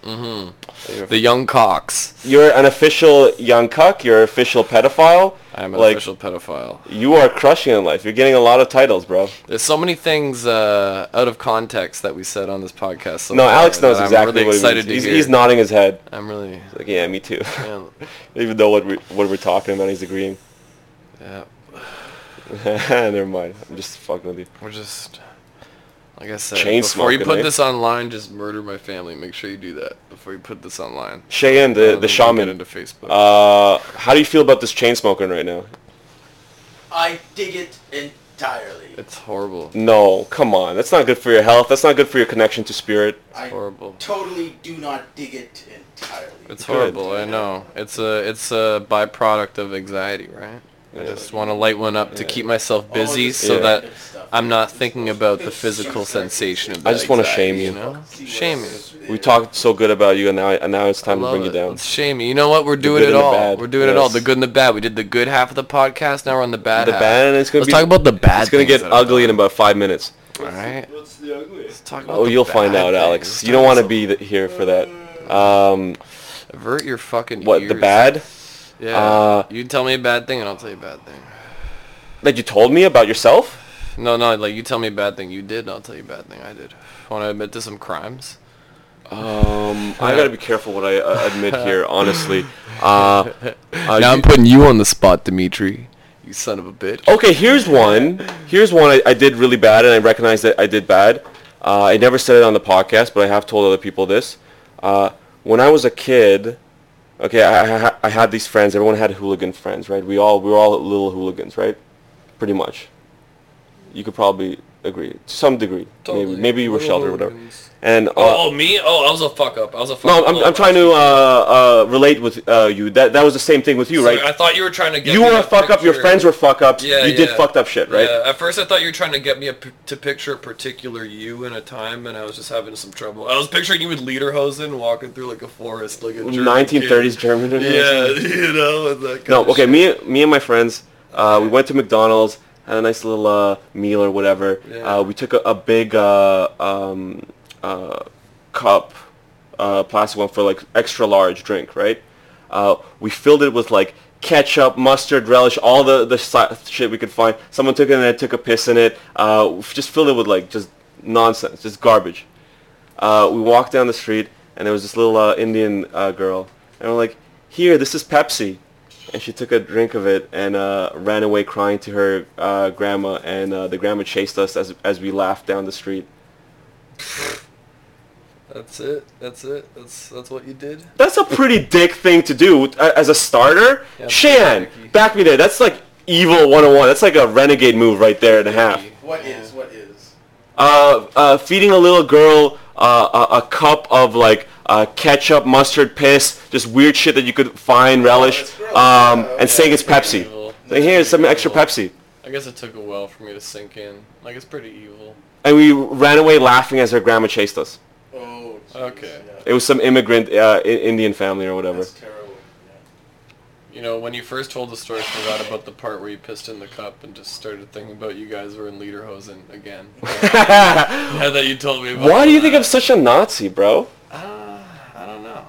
The young cocks. You're an official young cuck. You're an official pedophile. I'm an like, official pedophile. You are crushing it in life. You're getting a lot of titles, bro. There's so many things uh, out of context that we said on this podcast. So No, far Alex knows that exactly I'm really what he excited means. to He's, hear. he's nodding his head. I'm really. He's like, yeah, me too. Yeah. Even though what we what we're talking about, he's agreeing. yeah. Never mind. I'm just fucking with you. We're just Like I said, Chain before you smoking, put eh? this online, just murder my family. Make sure you do that before you put this online. Cheyenne, Other the, than the get shaman. into Facebook. Uh, how do you feel about this chain smoking right now? I dig it entirely. it's horrible. No, come on. That's not good for your health. That's not good for your connection to spirit. I Horrible. totally do not dig it entirely. It's Good. horrible. I know. It's a it's a byproduct of anxiety, right? I Yeah. just want to light one up to Yeah. keep myself All busy this so Yeah. that good stuff. I'm not It's thinking supposed- about the it's physical supposed to- sensation of I that just wanna anxiety, shame you. know? See what Shame you. else is We there. talked so good about you, and now, and now it's I time to love bring you it. down. It's shame you. You know what? We're doing good it and the all. bad. We're doing it all. Yes. The good and the bad. We did the good half of the podcast. Now we're on the bad the half. bad, and it's gonna Let's be. talk about the bad. It's gonna things get that I've ugly in done. about five minutes. All right. What's the ugliest? Let's talk about Oh, the you'll find bad out, things. Alex. You don't want to be th- here for that. Um, avert your fucking what the ears. bad? Yeah. Uh, you tell me a bad thing and I'll tell you a bad thing. That you told me about yourself? No, no, like you tell me a bad thing you did, and I'll tell you a bad thing I did. Want to admit to some crimes? Um, I gotta be careful what I uh, admit here, honestly. Uh, uh, now I'm you- putting you on the spot, Dimitri. You son of a bitch. okay, here's one. Here's one I, I did really bad, and I recognize that I did bad. Uh, I never said it on the podcast, but I have told other people this. Uh, when I was a kid, okay, I, I, I had these friends. Everyone had hooligan friends, right? We all we were all little hooligans, right? Pretty much. You could probably agree to some degree. Maybe maybe you were sheltered, or whatever. And uh, me? Oh, I was a fuck up. I was a fuck No, I'm, I'm trying to uh, uh, relate with uh, you. That that was the same thing with you, right? thought you were trying to You were a fuck up. Your friends were fuck ups. Yeah, you did yeah. fucked up shit, right? Yeah, at first I thought you were trying to get me a p- to picture a particular you in a time, and I was just having some trouble. I was picturing you with Lederhosen walking through like a forest, like a German kid. 1930s German. Yeah, you know. and that kind No, of okay. shit. Me, me and my friends, uh, we went to McDonald's, had a nice little uh, meal or whatever. Yeah. Uh, we took a, a big uh, um, uh, cup, uh, plastic one for like extra large drink, right? Uh, we filled it with like ketchup, mustard, relish, all the the si- shit we could find. Someone took it and I took a piss in it. Uh, we just filled it with like just nonsense, just garbage uh, we walked down the street and there was this little uh, Indian uh, girl and we're like, here, this is Pepsi. And she took a drink of it and uh, ran away crying to her uh, grandma and uh, the grandma chased us as, as we laughed down the street. That's it. That's it. That's that's what you did. That's a pretty dick thing to do uh, as a starter. Yeah, Shan, pretty dicky. back me there. That's like evil 101. That's like a renegade move right there and a half. What is? What is? uh, uh, feeding a little girl uh, a, a cup of like uh, ketchup, mustard, piss, just weird shit that you could find, relish, that's gross. um, Yeah, and saying it's Pepsi. Saying here's some extra Pepsi. I guess it took a while for me to sink in. Like it's pretty evil. And we ran away laughing as her grandma chased us. Oh. geez, Okay. yeah. It was some immigrant uh, I- Indian family or whatever. That's terrible. Yeah. You know, when you first told the story, I forgot about the part where you pissed in the cup and just started thinking about you guys were in Lederhosen again. Why Now that you told me about do you think I'm such a Nazi, bro? Uh, I don't know.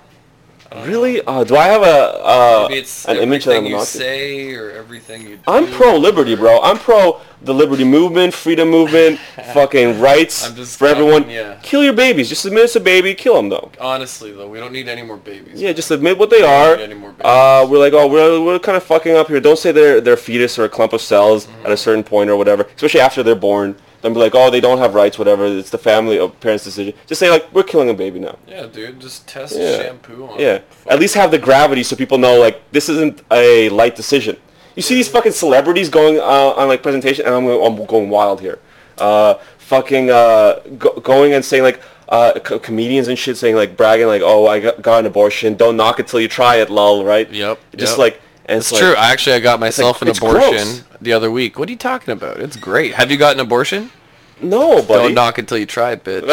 I don't know. Really? Uh, do I have a uh, Maybe it's an image that everything I'm a you Nazi? say or everything you do. I'm pro liberty, bro. I'm pro the liberty movement, freedom movement, fucking rights I'm just for everyone. talking, yeah. Kill your babies. Just admit it's a baby. Kill them though. Honestly, though, we don't need any more babies. Yeah, just admit what they We don't are. need any more babies. Uh, we're like, oh, we're, we're kind of fucking up here. Don't say they're they're a fetus or a clump of cells Mm-hmm. at a certain point or whatever, especially after they're born. Don't be like, oh, they don't have rights, whatever. It's the family or parents' decision. Just say like, we're killing a baby now. yeah, dude, just test Yeah. shampoo on. Yeah. At least have the gravity so people know like this isn't a light decision. You see these fucking celebrities going uh, on like presentation, and I'm, I'm going wild here. Uh, fucking uh, go- going and saying like uh, co- comedians and shit saying like bragging like oh I got, got an abortion. Don't knock it till you try it, lol. Right? Yep, Just yep. like and It's like, true. I actually I got myself like- an it's gross. abortion the other week. What are you talking about? It's great. Have you got an abortion? No, buddy. Don't knock until you try it, bitch.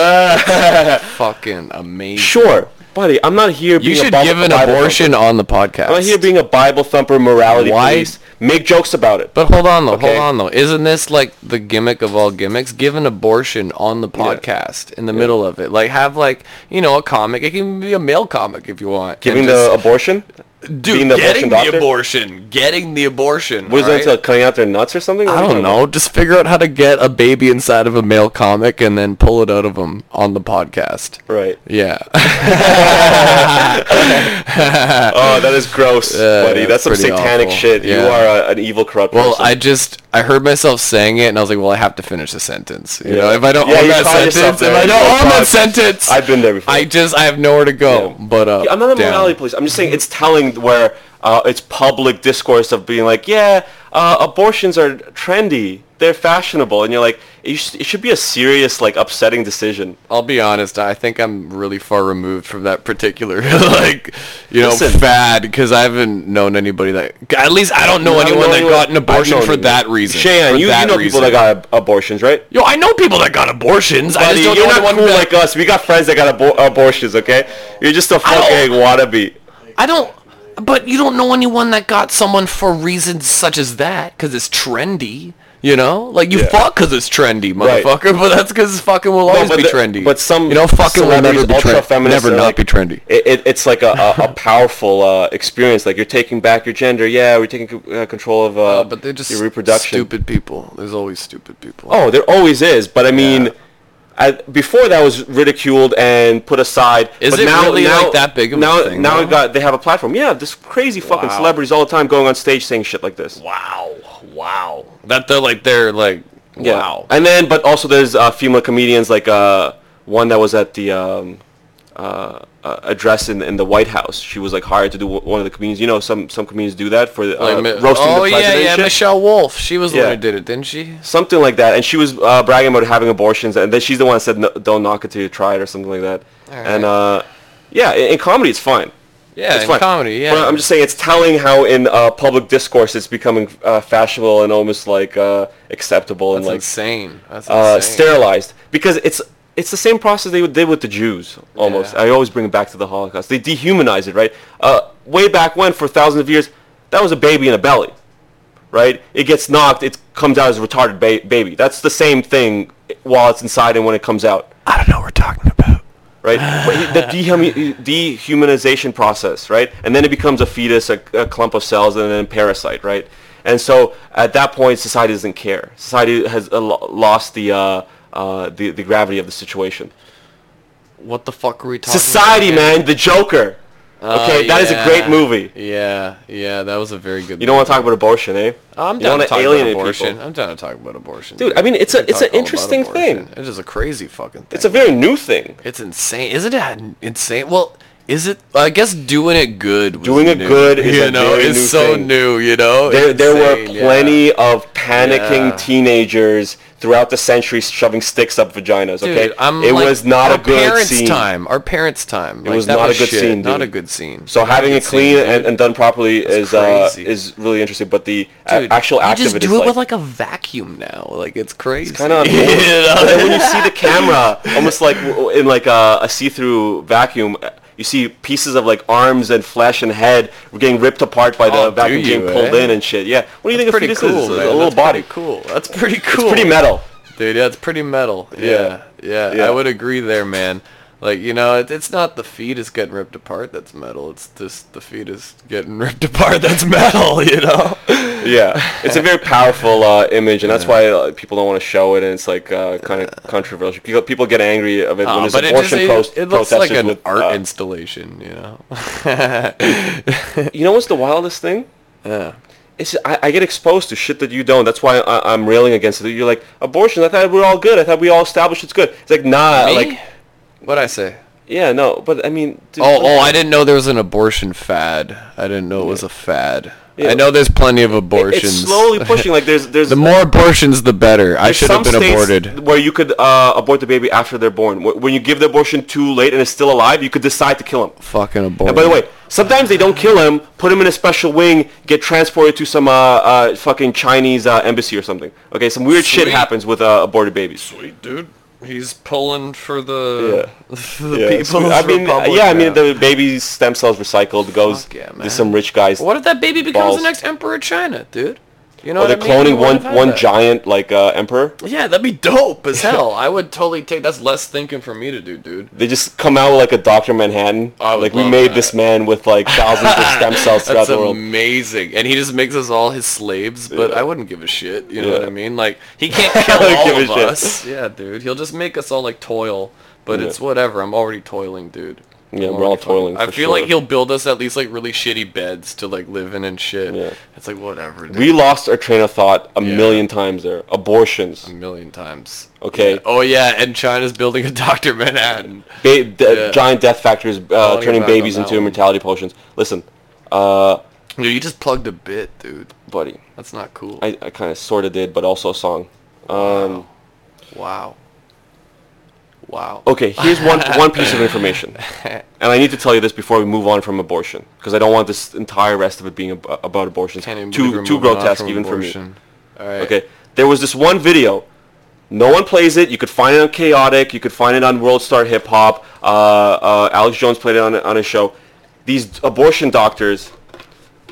Fucking amazing. sure, buddy. I'm not here. You being a should Bible- give an a Bible abortion thumper. on the podcast. I'm not here being a Bible thumper morality. Why- police. Make jokes about it. but hold on though, Okay. hold on though. Isn't this like the gimmick of all gimmicks? Give an abortion on the podcast in the middle of it. Like have like you know a comic. It can be a male comic if you want. Giving and just- the abortion. Dude, Being the getting abortion the doctor? abortion, getting the abortion. What is alright? that? uh, Cutting out their nuts or something? What I are you don't talking about? know. Just figure out how to get a baby inside of a male comic and then pull it out of him on the podcast. Right. Yeah. Oh, that is gross, Uh, Yeah, buddy. that's That's some pretty satanic awful. shit. You Yeah. are a, an evil, corrupt well, person. I just I heard myself saying it and I was like, well, I have to finish the sentence. You Yeah. know, if I don't Yeah, own you that caught yourself sentence, if there. I You don't caught own that yourself. sentence, I've been there before. I just I have nowhere to go. Yeah. But uh, Yeah, I'm not a down. morality police. I'm just saying it's telling where uh, it's public discourse of being like, yeah, uh, abortions are trendy, they're fashionable, and you're like, it, sh- it should be a serious, like, upsetting decision. I'll be honest. I think I'm really far removed from that particular like you know Listen. fad because I haven't known anybody that at least I don't know You haven't anyone known that anyone- got an I've abortion known for you. that reason. Cheyenne, for you, you that know people that reason. got ab- abortions, right? Yo, I know people that got abortions. I Buddy, just don't you're know not anyone cool that- like us. We got friends that got abor- abortions, okay? You're just a don't- fucking wannabe. I don't. But you don't know anyone that got someone for reasons such as that because it's trendy. You know, like you Yeah. fuck because it's trendy, Right. motherfucker. But that's because fucking will always but be the- trendy. But some you know, fucking will never celebrities, be trendy. ultra-feminists Never are not like- be trendy. It, it, it's like a, a, a powerful uh, experience. Like you're taking back your gender. Yeah, we're taking c- uh, control of uh, Uh, but they're just your reproduction. stupid people. There's always stupid people. Oh, there always is. But I mean, Yeah. I, before that was ridiculed and put aside. Is but it now, really, now, like, that big of a now, thing, Now though? it got they have a platform. Yeah, this crazy fucking Wow. celebrities all the time going on stage saying shit like this. wow, wow. That they're like they're like wow. And then, but also there's uh, female comedians like uh, one that was at the um, uh, uh, address in, in the White House. She was like hired to do w- one of the comedians. You know, some some comedians do that for uh, Like, mi- roasting oh the yeah, president. yeah. and shit. Michelle Wolf. She was the Yeah. one who did it, didn't she? Something like that, and she was uh, bragging about having abortions, and then she's the one that said, no, "Don't knock it till you try it" or something like that. And uh, yeah, in, in comedy, it's fine. Yeah, it's in fine. comedy. Yeah. But I'm just saying, it's telling how in uh, public discourse it's becoming uh, fashionable and almost like uh, acceptable That's and like insane. That's uh, insane. sterilized because it's it's the same process they did with the Jews almost. Yeah. I always bring it back to the Holocaust. They dehumanize it, right? Uh, way back when, for thousands of years, that was a baby in a belly, right? It gets knocked, it comes out as a retarded ba- baby. That's the same thing while it's inside and when it comes out, I don't know what we're talking about. right? But the dehumi- dehumanization process, right? And then it becomes a fetus, a, a clump of cells, and then a parasite, right? And so at that point, society doesn't care. Society has uh, lo- lost the, uh, uh, the the gravity of the situation. What the fuck are we talking Society, about? man, The Joker. Oh, okay, that is a great movie. Uh, Yeah, yeah, that was a very good You don't want to talk about abortion, eh? I'm you don't down to wanna talk about alienate abortion. people. I'm down to talk about abortion. Dude, I mean, it's We a- can it's an talk all about interesting abortion. thing. It is a crazy fucking thing. It's a very new thing. It's insane. Isn't it insane? Well, is it? I guess doing it good. Was Doing it new, good is you a know, very it's new so thing. new. You know, There, there were Insane, yeah. plenty of panicking Yeah. teenagers throughout the century shoving sticks up vaginas. Dude, Okay, I'm it like, was not our a good parents' scene. time. Our parents' time. It was not a good scene. Dude. Not a good scene. So Not a having good it clean scene, and, dude. and done properly is uh, crazy. is really interesting. But the a- Dude, actual you act just of it do is it with like like a vacuum now. Like it's crazy. kind of when you see the camera almost like w- w- in like a, a see-through vacuum uh, you see pieces of like arms and flesh and head getting ripped apart by the Oh, do vacuum you, being pulled eh? in and shit yeah what do you That's think pretty a fetus cool, is man. a little That's body pretty cool. That's pretty cool. it's pretty metal dude. Yeah, it's pretty metal. Yeah, Yeah. yeah, I Yeah. would agree there, man. Like you know, it, it's not the fetus getting ripped apart that's metal. It's just the fetus getting ripped apart that's metal. You know. yeah it's a very powerful uh, image and that's why uh, people don't want to show it and it's like uh, kind of controversial people, people get angry of it Uh, when there's but it, just, abortion it, post- it looks protesters like an with, art uh, installation. You know. you know what's the wildest thing yeah. it's I, I get exposed to shit that you don't. That's why I, I'm railing against it. You're like abortion. I thought we were all good. I thought we all established it's good. It's like nah, Me? like What'd I say? yeah, no. But I mean, dude, Oh, oh, I didn't know there was an abortion fad. I didn't know it was a fad. Yeah. I know there's plenty of it- abortions. It's slowly pushing. Like there's there's the more abortions, the better. I there's should have some been states aborted. where you could uh, abort the baby after they're born. Wh- When you give the abortion too late and it's still alive, you could decide to kill him. Fucking aborted. And by the way, sometimes they don't kill him, put him in a special wing, get transported to some uh, uh, fucking Chinese uh, embassy or something. Okay, some weird shit Sweet. happens with uh, aborted babies. sweet dude, he's pulling for the the Yeah, it's people. weird. I mean, yeah, I mean, the baby's stem cells recycled goes Fuck yeah, man. to some rich guys. what if that baby becomes Balls. the next emperor of China, dude? You know Or what they're I mean? We cloning wouldn't one have had one that. giant like uh, emperor. Yeah, that'd be dope as hell. I would totally take. That's less thinking for me to do, dude. They just come out like a Doctor Manhattan. I would like we love made that. this man with like thousands of stem cells throughout That's the world. amazing, and he just makes us all his slaves. But Yeah. I wouldn't give a shit. You know Yeah. what I mean? Like he can't kill I would all give of a shit. us. Yeah, dude. He'll just make us all like toil. But Yeah. it's whatever. I'm already toiling, dude. Yeah, I'm we're all already toiling, I for feel like sure. he'll build us at least like really shitty beds to like live in and shit. Yeah. It's like whatever. Dude. We lost our train of thought a Yeah. million times there. Abortions. a million times. Okay. Yeah. Oh yeah, and China's building a Doctor Manhattan. Ba- de- Yeah. Giant death factors wanna uh, get turning back on babies that into one. mortality potions. Listen, uh, Dude, you just plugged a bit, dude. buddy, That's not cool. I, I kind of sort of did, but also a song. Um, wow. Wow. okay, here's one, one piece of information. And I need to tell you this before we move on from abortion, because I don't want this entire rest of it being ab- about abortions. Can't even believe Too, we're too moving on grotesque from even for me. abortion. All right. Okay, there was this one video. No one plays it. You could find it on Chaotic. You could find it on World Star Hip Hop. Uh, uh, Alex Jones played it on, on his show. These abortion doctors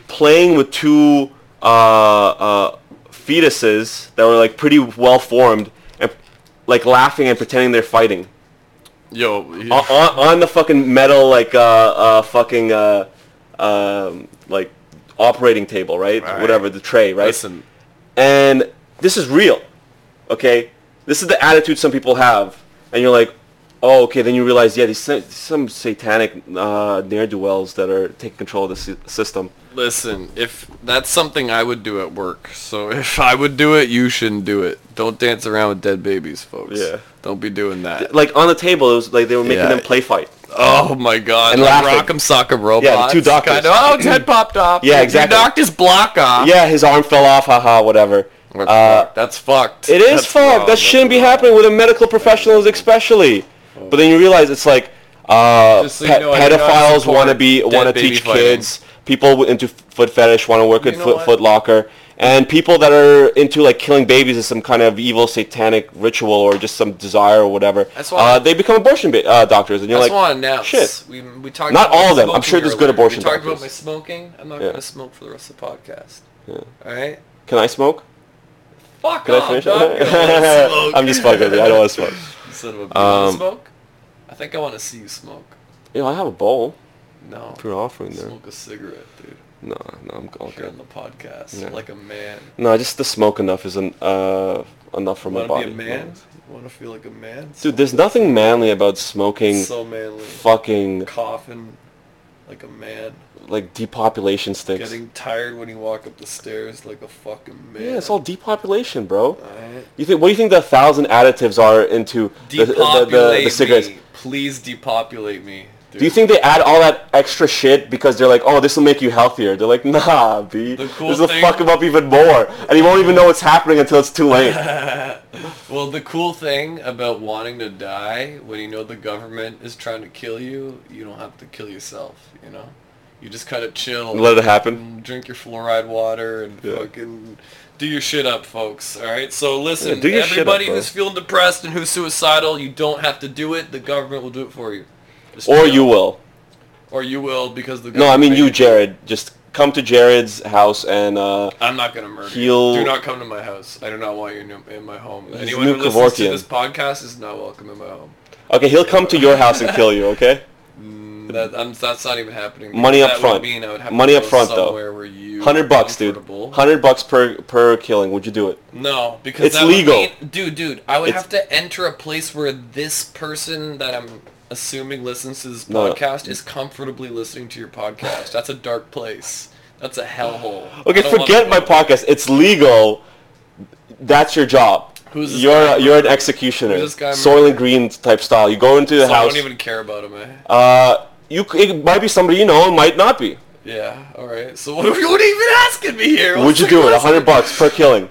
playing with two uh, uh, fetuses that were like pretty well formed and like laughing and pretending they're fighting Yo. on, on, on the fucking metal like uh, uh, fucking uh, um, like operating table, right? Right. Whatever the tray, right? Listen. and this is real okay this is the attitude some people have and you're like oh okay then you realize yeah these sa- some satanic uh, ne'er-do-wells that are taking control of the sy- system Listen, if that's something I would do at work, so if I would do it, you shouldn't do it. Don't dance around with dead babies, folks. Yeah. Don't be doing that. like on the table it was like they were making Yeah. them play fight Oh my god. And like laughing. Rock'em Sock'em Robots. two doctors. Kind of, oh, his head popped off. Yeah, exactly. You knocked his block off. yeah his arm fell off haha whatever That's, uh, fucked. That's fucked. it is That's fucked wrong. that That's shouldn't be wrong. happening with the medical professionals especially but then you realize it's like uh, Just so pe- you know, I do not pedophiles support want to be dead want to baby teach fighting. kids people w- into foot fetish want to work at You know foot, what? foot locker and people that are into like killing babies as some kind of evil satanic ritual or just some desire or whatever That's why- uh, they become abortion ba- uh, doctors and I you're just like want to announce. shit. We, we talked Not about all my of them. I'm smoking sure there's good earlier. abortion We talked doctors. about my smoking. I'm not Yeah. gonna smoke for the rest of the podcast. All right. can I smoke Fuck can I off. finish dog. I wanna I'm just fucking with you I don't want to smoke smoke. Son of a bitch. You wanna Um, smoke? I think I want to see you smoke. you know I have a bowl No. if you're offering there Smoke a cigarette, dude. no no I'm all Here good on the podcast, Yeah. like a man. no just the smoke enough isn't uh, enough for my Want to body be a man? Want to feel like a man? Dude, there's nothing manly about smoking so manly. fucking Coughing like a man. like depopulation sticks. Getting tired when you walk up the stairs like a fucking man. yeah, it's all depopulation, bro. Alright. You think what do you think the thousand additives are into the, the, the, the, Depopulate the cigarettes? me. Please depopulate me. Dude. Do you think they add all that extra shit because they're like, oh, this will make you healthier? They're like, nah, B. The cool this will thing- fuck him up even more, and he won't even know what's happening until it's too late. Well, the cool thing about wanting to die when you know the government is trying to kill you, you don't have to kill yourself. You know, you just kind of chill. Let it happen. and drink your fluoride water and Yeah. fucking do your shit up, folks. All right. So listen, Yeah, do your shit up, everybody bro. who's feeling depressed and who's suicidal, you don't have to do it. The government will do it for you. Just Or chill. you will. Or you will because the. No, I government mean made you, Jared. Just come to Jared's house and uh, I'm not gonna murder He'll- you. Do not come to my house. I do not want you in, in my home. He's Anyone who Luke listens Kevorkian. to this podcast is not welcome in my home. okay, he'll come to your house and kill you. Okay. That, I'm, that's not even happening. Money up That would front. mean I would have to Money go up front, though. somewhere Where you Hundred bucks, dude. comfortable. Hundred bucks per per killing. Would you do it? No, because It's that would legal. mean- dude, dude, I would It's- have to enter a place where this person that I'm assuming listens to this No. podcast is comfortably listening to your podcast. That's a dark place. That's a hellhole. I Okay, don't wanna forget go my there. podcast. It's legal. That's your job. Who's this you're guy a, you're an murdering? executioner, Who's this guy Soylent Green type style. You go into the So I house. don't even care about him. Eh? uh, you c- it might be somebody you know, it might not be. yeah. All right. So what are you what are you even asking me here? Would What's you the do it? A question? hundred bucks per killing.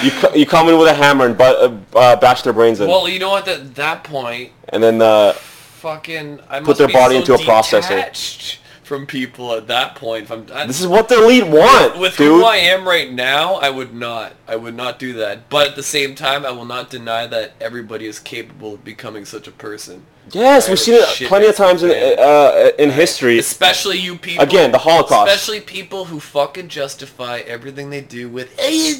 you c- you come in with a hammer and bu- uh, uh, bash their brains in, Well, you know what? At that point, and then uh, fucking, I Put must their be body so into a processor. detached From people at that point, if I'm I- this is what the elite want, with dude. who I am right now, I would not. I would not do that. But at the same time, I will not deny that everybody is capable of becoming such a person. Yes, we've seen it Shit. plenty of times in uh, in history. Especially you people. Again, the Holocaust. Especially people who fucking justify everything they do with eh,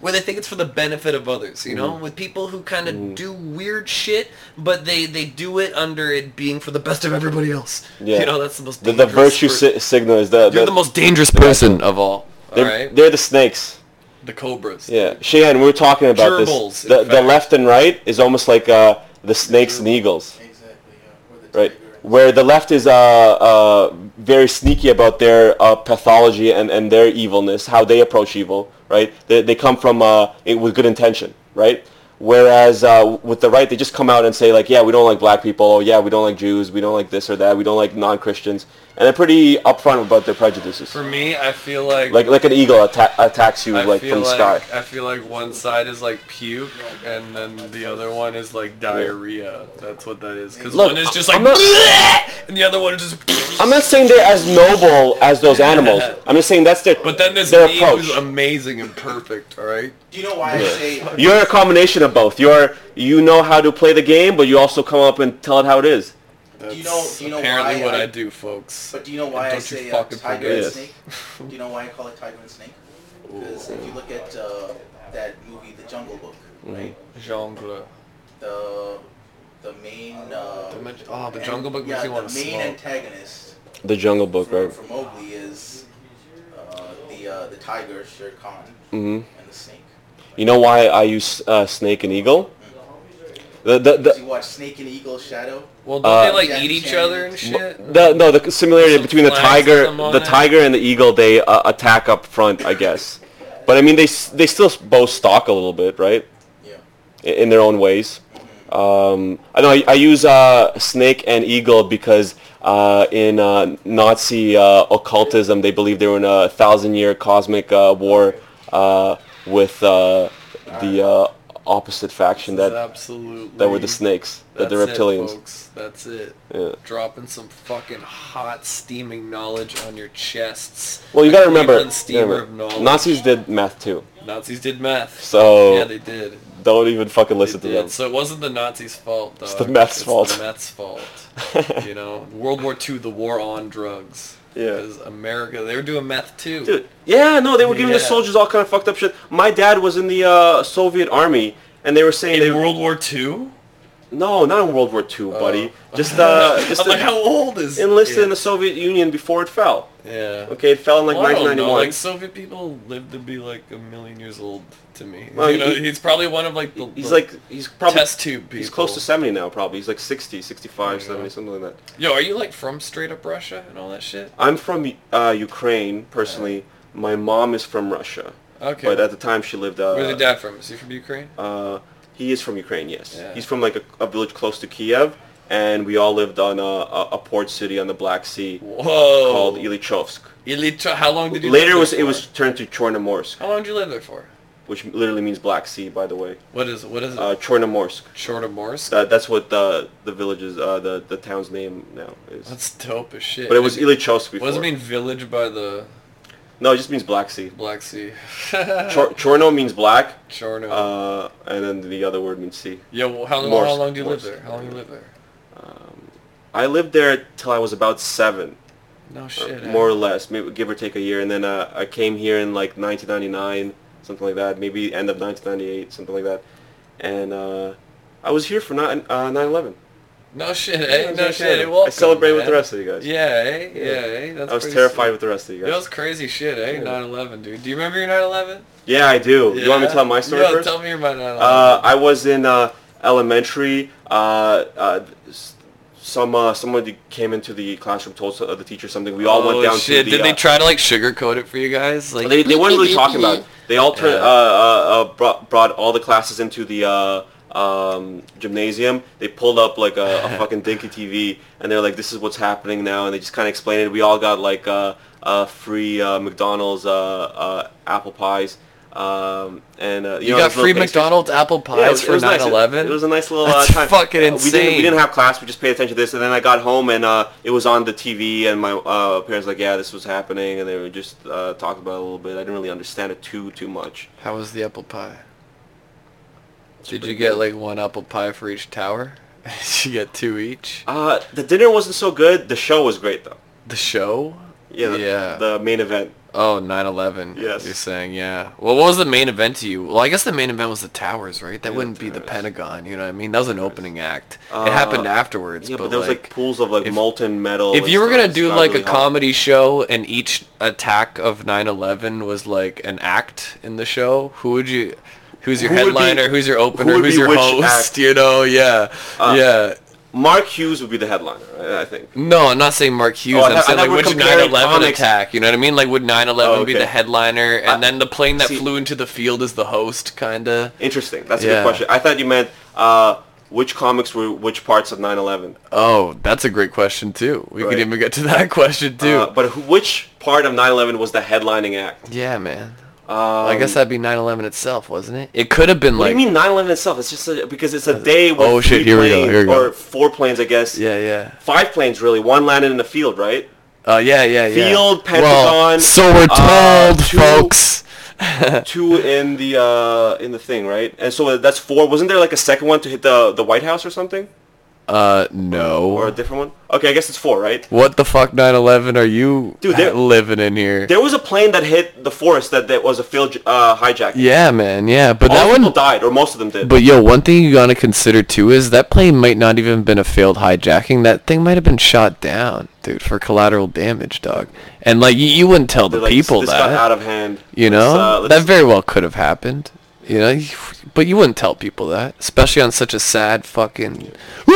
where they think it's for the benefit of others. You know, Mm. with people who kind of do weird shit, but they they do it under it being for the best of everybody else. Yeah. You know, that's the most The, the dangerous virtue per- si- signal is the, You're the most dangerous person of all. All they're, right, they're the snakes. the cobras. Yeah, Cheyenne, we were talking about Gerbils, this. in The, the fact. left and right is almost like uh, the snakes and eagles, Exactly. Yeah. Or the right? tiger. Where the left is uh, uh, very sneaky about their uh, pathology and, and their evilness, how they approach evil, right? They, they come from uh, it with good intention, right? Whereas uh, with the right, they just come out and say like, yeah, we don't like black people, or yeah, we don't like Jews, we don't like this or that, we don't like non-Christians, and they're pretty upfront about their prejudices. For me, I feel like Like like an eagle atta- attacks you like feel from the sky. like, I feel like one side is like puke, and then the other one is like diarrhea. That's what that is. Because Look, one is just like, I'm not- "Bleh!" and the other one is just. I'm not saying they're as noble as those animals. I'm just saying that's their but then there's their me approach. who's amazing and perfect. All right. Do you know why I say? You're a combination of both. You're you know how to play the game, but you also come up and tell it how it is. That's Do you know- do you know apparently why what I, I- do, folks. But do you know why Don't I you say uh, fucking tiger forget and it. snake? Do you know why I call it tiger and snake? Because if you look at uh, that movie, The Jungle Book, Mm-hmm. right? Genre. The the main. Uh, The ma- oh, the an- Jungle Book Yeah, makes me wanna the main smoke. antagonist The Jungle Book, for, right? for Mowgli is uh, the uh, the tiger Shere Khan hmm and the snake. You know why I use uh, snake and eagle? The the, Because you the, watch Snake and Eagle Shadow. Well, don't Uh, they like Yeah, eat each Chinese. other and shit? the no the similarity Some between the flags tiger come on the it. tiger and the eagle they uh, attack up front, I guess. But I mean they s- they still both stalk a little bit, right? Yeah. i- in their own ways. Um, I know I, I use uh, snake and eagle because uh, in uh, Nazi uh, occultism they believed they were in a thousand-year cosmic uh, war uh, with uh, the uh, opposite faction That's that absolutely. that were the snakes, that the That's it, reptilians. folks. That's it. Yeah. Dropping some fucking hot steaming knowledge on your chests. Well, you gotta The remember, Cleveland steamer remember, of knowledge. Nazis did math too, Nazis did math. so yeah, they did. don't even fucking listen They to did. them. So it wasn't the Nazis' fault. Dog. the meth's fault. The meth's fault. you know, World War II, the war on drugs. Yeah. 'Cause America, they were doing meth too. Dude, yeah, no, they were giving the Yeah. soldiers all kind of fucked up shit. My dad was in the uh, Soviet army, and they were saying in they World War II. No, not in World War II, buddy. Just uh, just Oh. I'm like, en- how old is enlisted it? in the Soviet Union before it fell. Yeah. Okay, it fell in like Well, I don't know. 1991. Like Soviet people live to be like a million years old to me. Well, you know, he- he's probably one of like the, he's the- like he's probably test tube people. he's close to 70 now, probably. He's like 60, 65, Yeah. 70, something like that. Yo, are you like from straight up Russia and all that shit? I'm from uh, Ukraine personally. My mom is from Russia, Okay. but at the time she lived. Uh, Where's your dad from? Is he from Ukraine? Uh, he is from Ukraine, yes. Yeah. He's from like a, a village close to Kiev, and we all lived on a, a, a port city on the Black Sea Whoa. called Ilyichovsk. Ilitra. How long did you? Later live it was there it for? was turned to Chornomorsk. How long did you live there for? which literally means Black Sea, by the way. What is it? What is it? Uh, Chornomorsk. Short of Morse. That, that's what the the village's uh, the the town's name now is. That's dope as shit. But it was What Ilyichovsk before. does it mean? Village by the No, it just means Black Sea. Black Sea. Chor- Chorno means black, Chorno. uh, and then the other word means sea. Yo, well, how, long- Morse, how long did you Morse. live there? How long you live there? I lived there till I was about seven, No or shit. eh? Uh, more or less, maybe give or take a year, and then uh, I came here in like 1999, something like that, maybe end of 1998, something like that, and uh, I was here for 9 uh, 9/11. No shit. I eh? was No here for shit. 9/11. eh? I Welcome, celebrate with man. the rest of you guys. Yeah, eh? Yeah, Yeah. eh? That's I was pretty terrified sick. with the rest of you guys. That was crazy shit, eh? Yeah. 9/11, dude. Do you remember your 9/11? Yeah, I do. You want me Yeah? to tell my story yeah, first? tell me about 9/11. uh, I was in uh, elementary. Uh, uh, s- some uh, somebody came into the classroom, told so- uh, the teacher something. We all oh, went down shit. to the. Did they uh, try to like sugarcoat it for you guys? Like they, they weren't really talking about. It. They all turned, Yeah. uh, uh, uh, brought, brought all the classes into the uh, um, gymnasium. They pulled up like a, a fucking dinky TV, and they're like, "This is what's happening now," and they just kind of explained it. We all got like uh, uh, free uh, McDonald's uh, uh, apple pies. Um, and uh, you, you, know, got those little free things- McDonald's apple pies yeah, it was- it Uh, for was nice. 9/11. It, it was a nice little That's uh, time. fucking Uh, We didn't, we insane. didn't have class. We just paid attention to this, and then I got home and uh, it was on the TV, and my uh, parents were like, yeah, this was happening, and they were just uh, talking about it a little bit. I didn't really understand it too too much. How was the apple pie? Did you pretty get good. like one apple pie for each tower? you get two each. Uh, the dinner wasn't so good. The show was great though. The show? Yeah. The, Yeah. The main event. Oh, 9/11. Yes. You're saying, yeah. Well, what was the main event to you? Well, I guess the main event was the towers, right? That Yeah, wouldn't be the towers. Pentagon. You know what I mean? That was an opening act. Uh, it happened afterwards. Yeah, but, but, there was like, like pools of like if- molten metal. if and you were stuff. gonna It's do not like really a hot. comedy show and each attack of 9/11 was like an act in the show, who would you? Who's your Who would be- headliner? who's your opener? would who's be your which host? act? Uh, You know? Yeah. yeah. Mark Hughes would be the headliner, I I think. No, I'm not saying Mark Hughes. Oh, I I'm thought- I saying thought like we were would comparing 9/11 comics. attack? You know what I mean? Like would 9/11 be Oh, the okay. headliner, and I- then the plane that see- flew into the field is the host, kinda? Interesting. That's a Yeah. good question. I thought you meant uh, which comics were which parts of 9/11. Oh, that's a great question too. We Right. could even get to that question too. Uh, but who, which part of 9/11 was the headlining act? yeah, man. Um, I guess that'd be 9/11 itself, wasn't it? It could have been What like do you mean 9/11 itself? It's just a, because it's a day with Oh, shit, three here we go, planes here we go. or four planes, I guess. Yeah, yeah. Five planes really. One landed in a field, right? Uh, yeah, yeah, yeah. Field, Well, Pentagon, so we're uh, told, two- folks. Two in the uh, in the thing, right? And so that's four. Wasn't there like a second one to hit the the White House or something, Uh, or a no. different one? Okay, I guess it's four, right? What the fuck, 9/11? Are you Dude, they're- living in here? There was a plane that hit the forest that, that was a field uh, hijack. Yeah, man. Yeah, but All that the one. people died, or most of them did. But yo, one thing you gotta consider too is that plane might not even been a failed hijacking. That thing might have been shot down, dude, for collateral damage, dog. And like you, you wouldn't tell the They're like, people this that. got out of hand. You Let's, know, uh, let's- that very well could have happened. You know, but you wouldn't tell people that, especially on such a sad fucking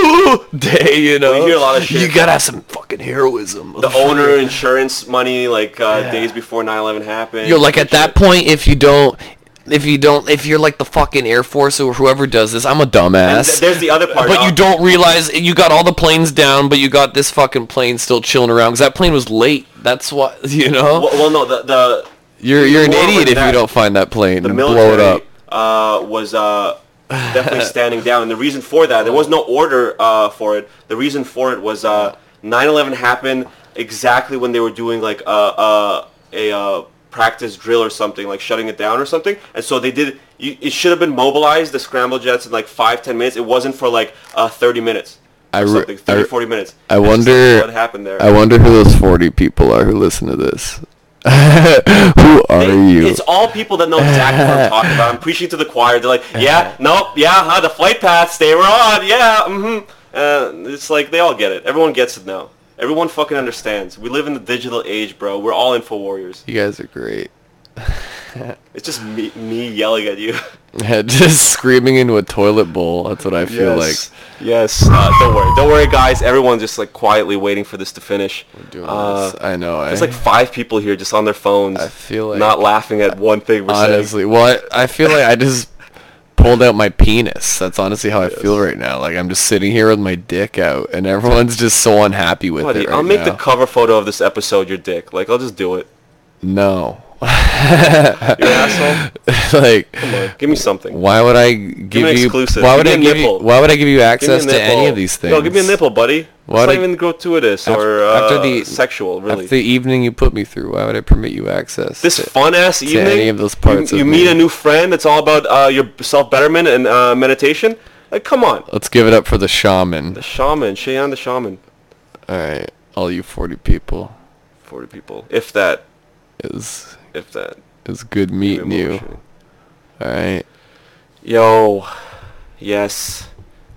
day. You know, you hear a lot of shit. You gotta have some fucking heroism. the motherfucker. owner insurance money like uh, days before 9/11 happened. You're like and at that shit. point, if you don't, if you don't, if you're like the fucking Air Force or whoever does this, I'm a And dumbass. th- there's the other part. but you uh, don't realize you got all the planes down, but you got this fucking plane still chilling around because that plane was late. That's why you know Well, well no, the the, you're you're an more idiot with if you that, don't find that plane the and military blow it up. Uh, was uh, definitely standing down. And the reason for that, there was no order uh, for it. The reason for it was uh, 9/11 happened exactly when they were doing like uh, uh, a uh, practice drill or something, like shutting it down or something. And so they did. You, it should have been mobilized the scramble jets in like five ten minutes. It wasn't for like uh, 30 minutes. I or re- something, 30, I- 40 minutes. I It's just, like, wonder- what happened there. I wonder who those 40 people are who listen to this. who are They- you? It's all people that know exactly what I'm talking about. I'm preaching to the choir. They're like, yeah, nope, yeah, huh, the flight paths, they were on, yeah, mm-hmm. Uh, it's like, they all get it. Everyone gets it now. Everyone fucking understands. We live in the digital age, bro. We're all info warriors. you guys are great. It's just me, me yelling at you. Just screaming into a toilet bowl. That's what I feel like. Yes. Uh, don't worry. Don't worry, guys. Everyone's just like quietly waiting for this to finish. We're Doing uh, this. I know. I, There's like five people here just on their phones. I feel like- not laughing at one thing we're saying. honestly, well, I, I feel like I just pulled out my penis. That's honestly how I feel right now. Like I'm just sitting here with my dick out, and everyone's just so unhappy with Buddy, it right I'll make now. the cover photo of this episode your dick. Like, I'll just do it. no, You asshole. like. Give me something. Why would I give, me an you? exclusive. Why would Give I me a give you? nipple. Why would I give you Give me a access to any nipple. of these things? No, give me a nipple, buddy. Why it's not did- even gratuitous Af- or uh, after the- sexual, really. After the evening you put me through, why would I permit you access? this to- fun ass evening. any of those parts You, of you me. meet a new friend. It's all about uh, your self betterment and uh, meditation. Like, come on. Let's give it up for the shaman. The shaman, Cheyenne the shaman. All right, all you forty people, Forty people, if that, is if that. is good Maybe meeting I'm you. overshooting. All right, Yo, yes,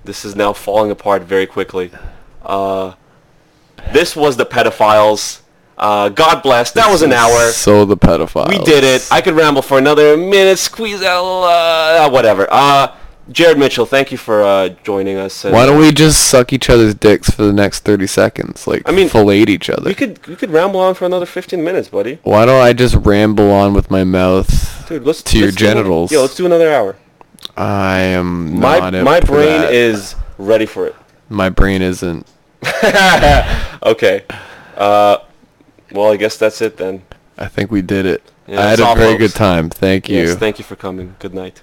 this is now falling apart very quickly. Uh, this was the pedophiles. Uh, God bless. That was an hour. So the pedophile. We did it. I could ramble for another minute, squeeze out uh, whatever. Uh, Jared Mitchell, thank you for uh, joining us. and- Why don't we just suck each other's dicks for the next thirty seconds? Like I mean, fillet each other. we could we could ramble on for another 15 minutes, buddy. why don't I just ramble on with my mouth Dude, let's to your let's do another- genitals? Yo, let's do another hour. I am My not up my for brain that. is ready for it. my brain isn't. Okay. Uh, well, I guess that's it then. I think we did it. Yeah, I had it's a all very folks. good time. Thank you. Yes, thank you for coming. Good night.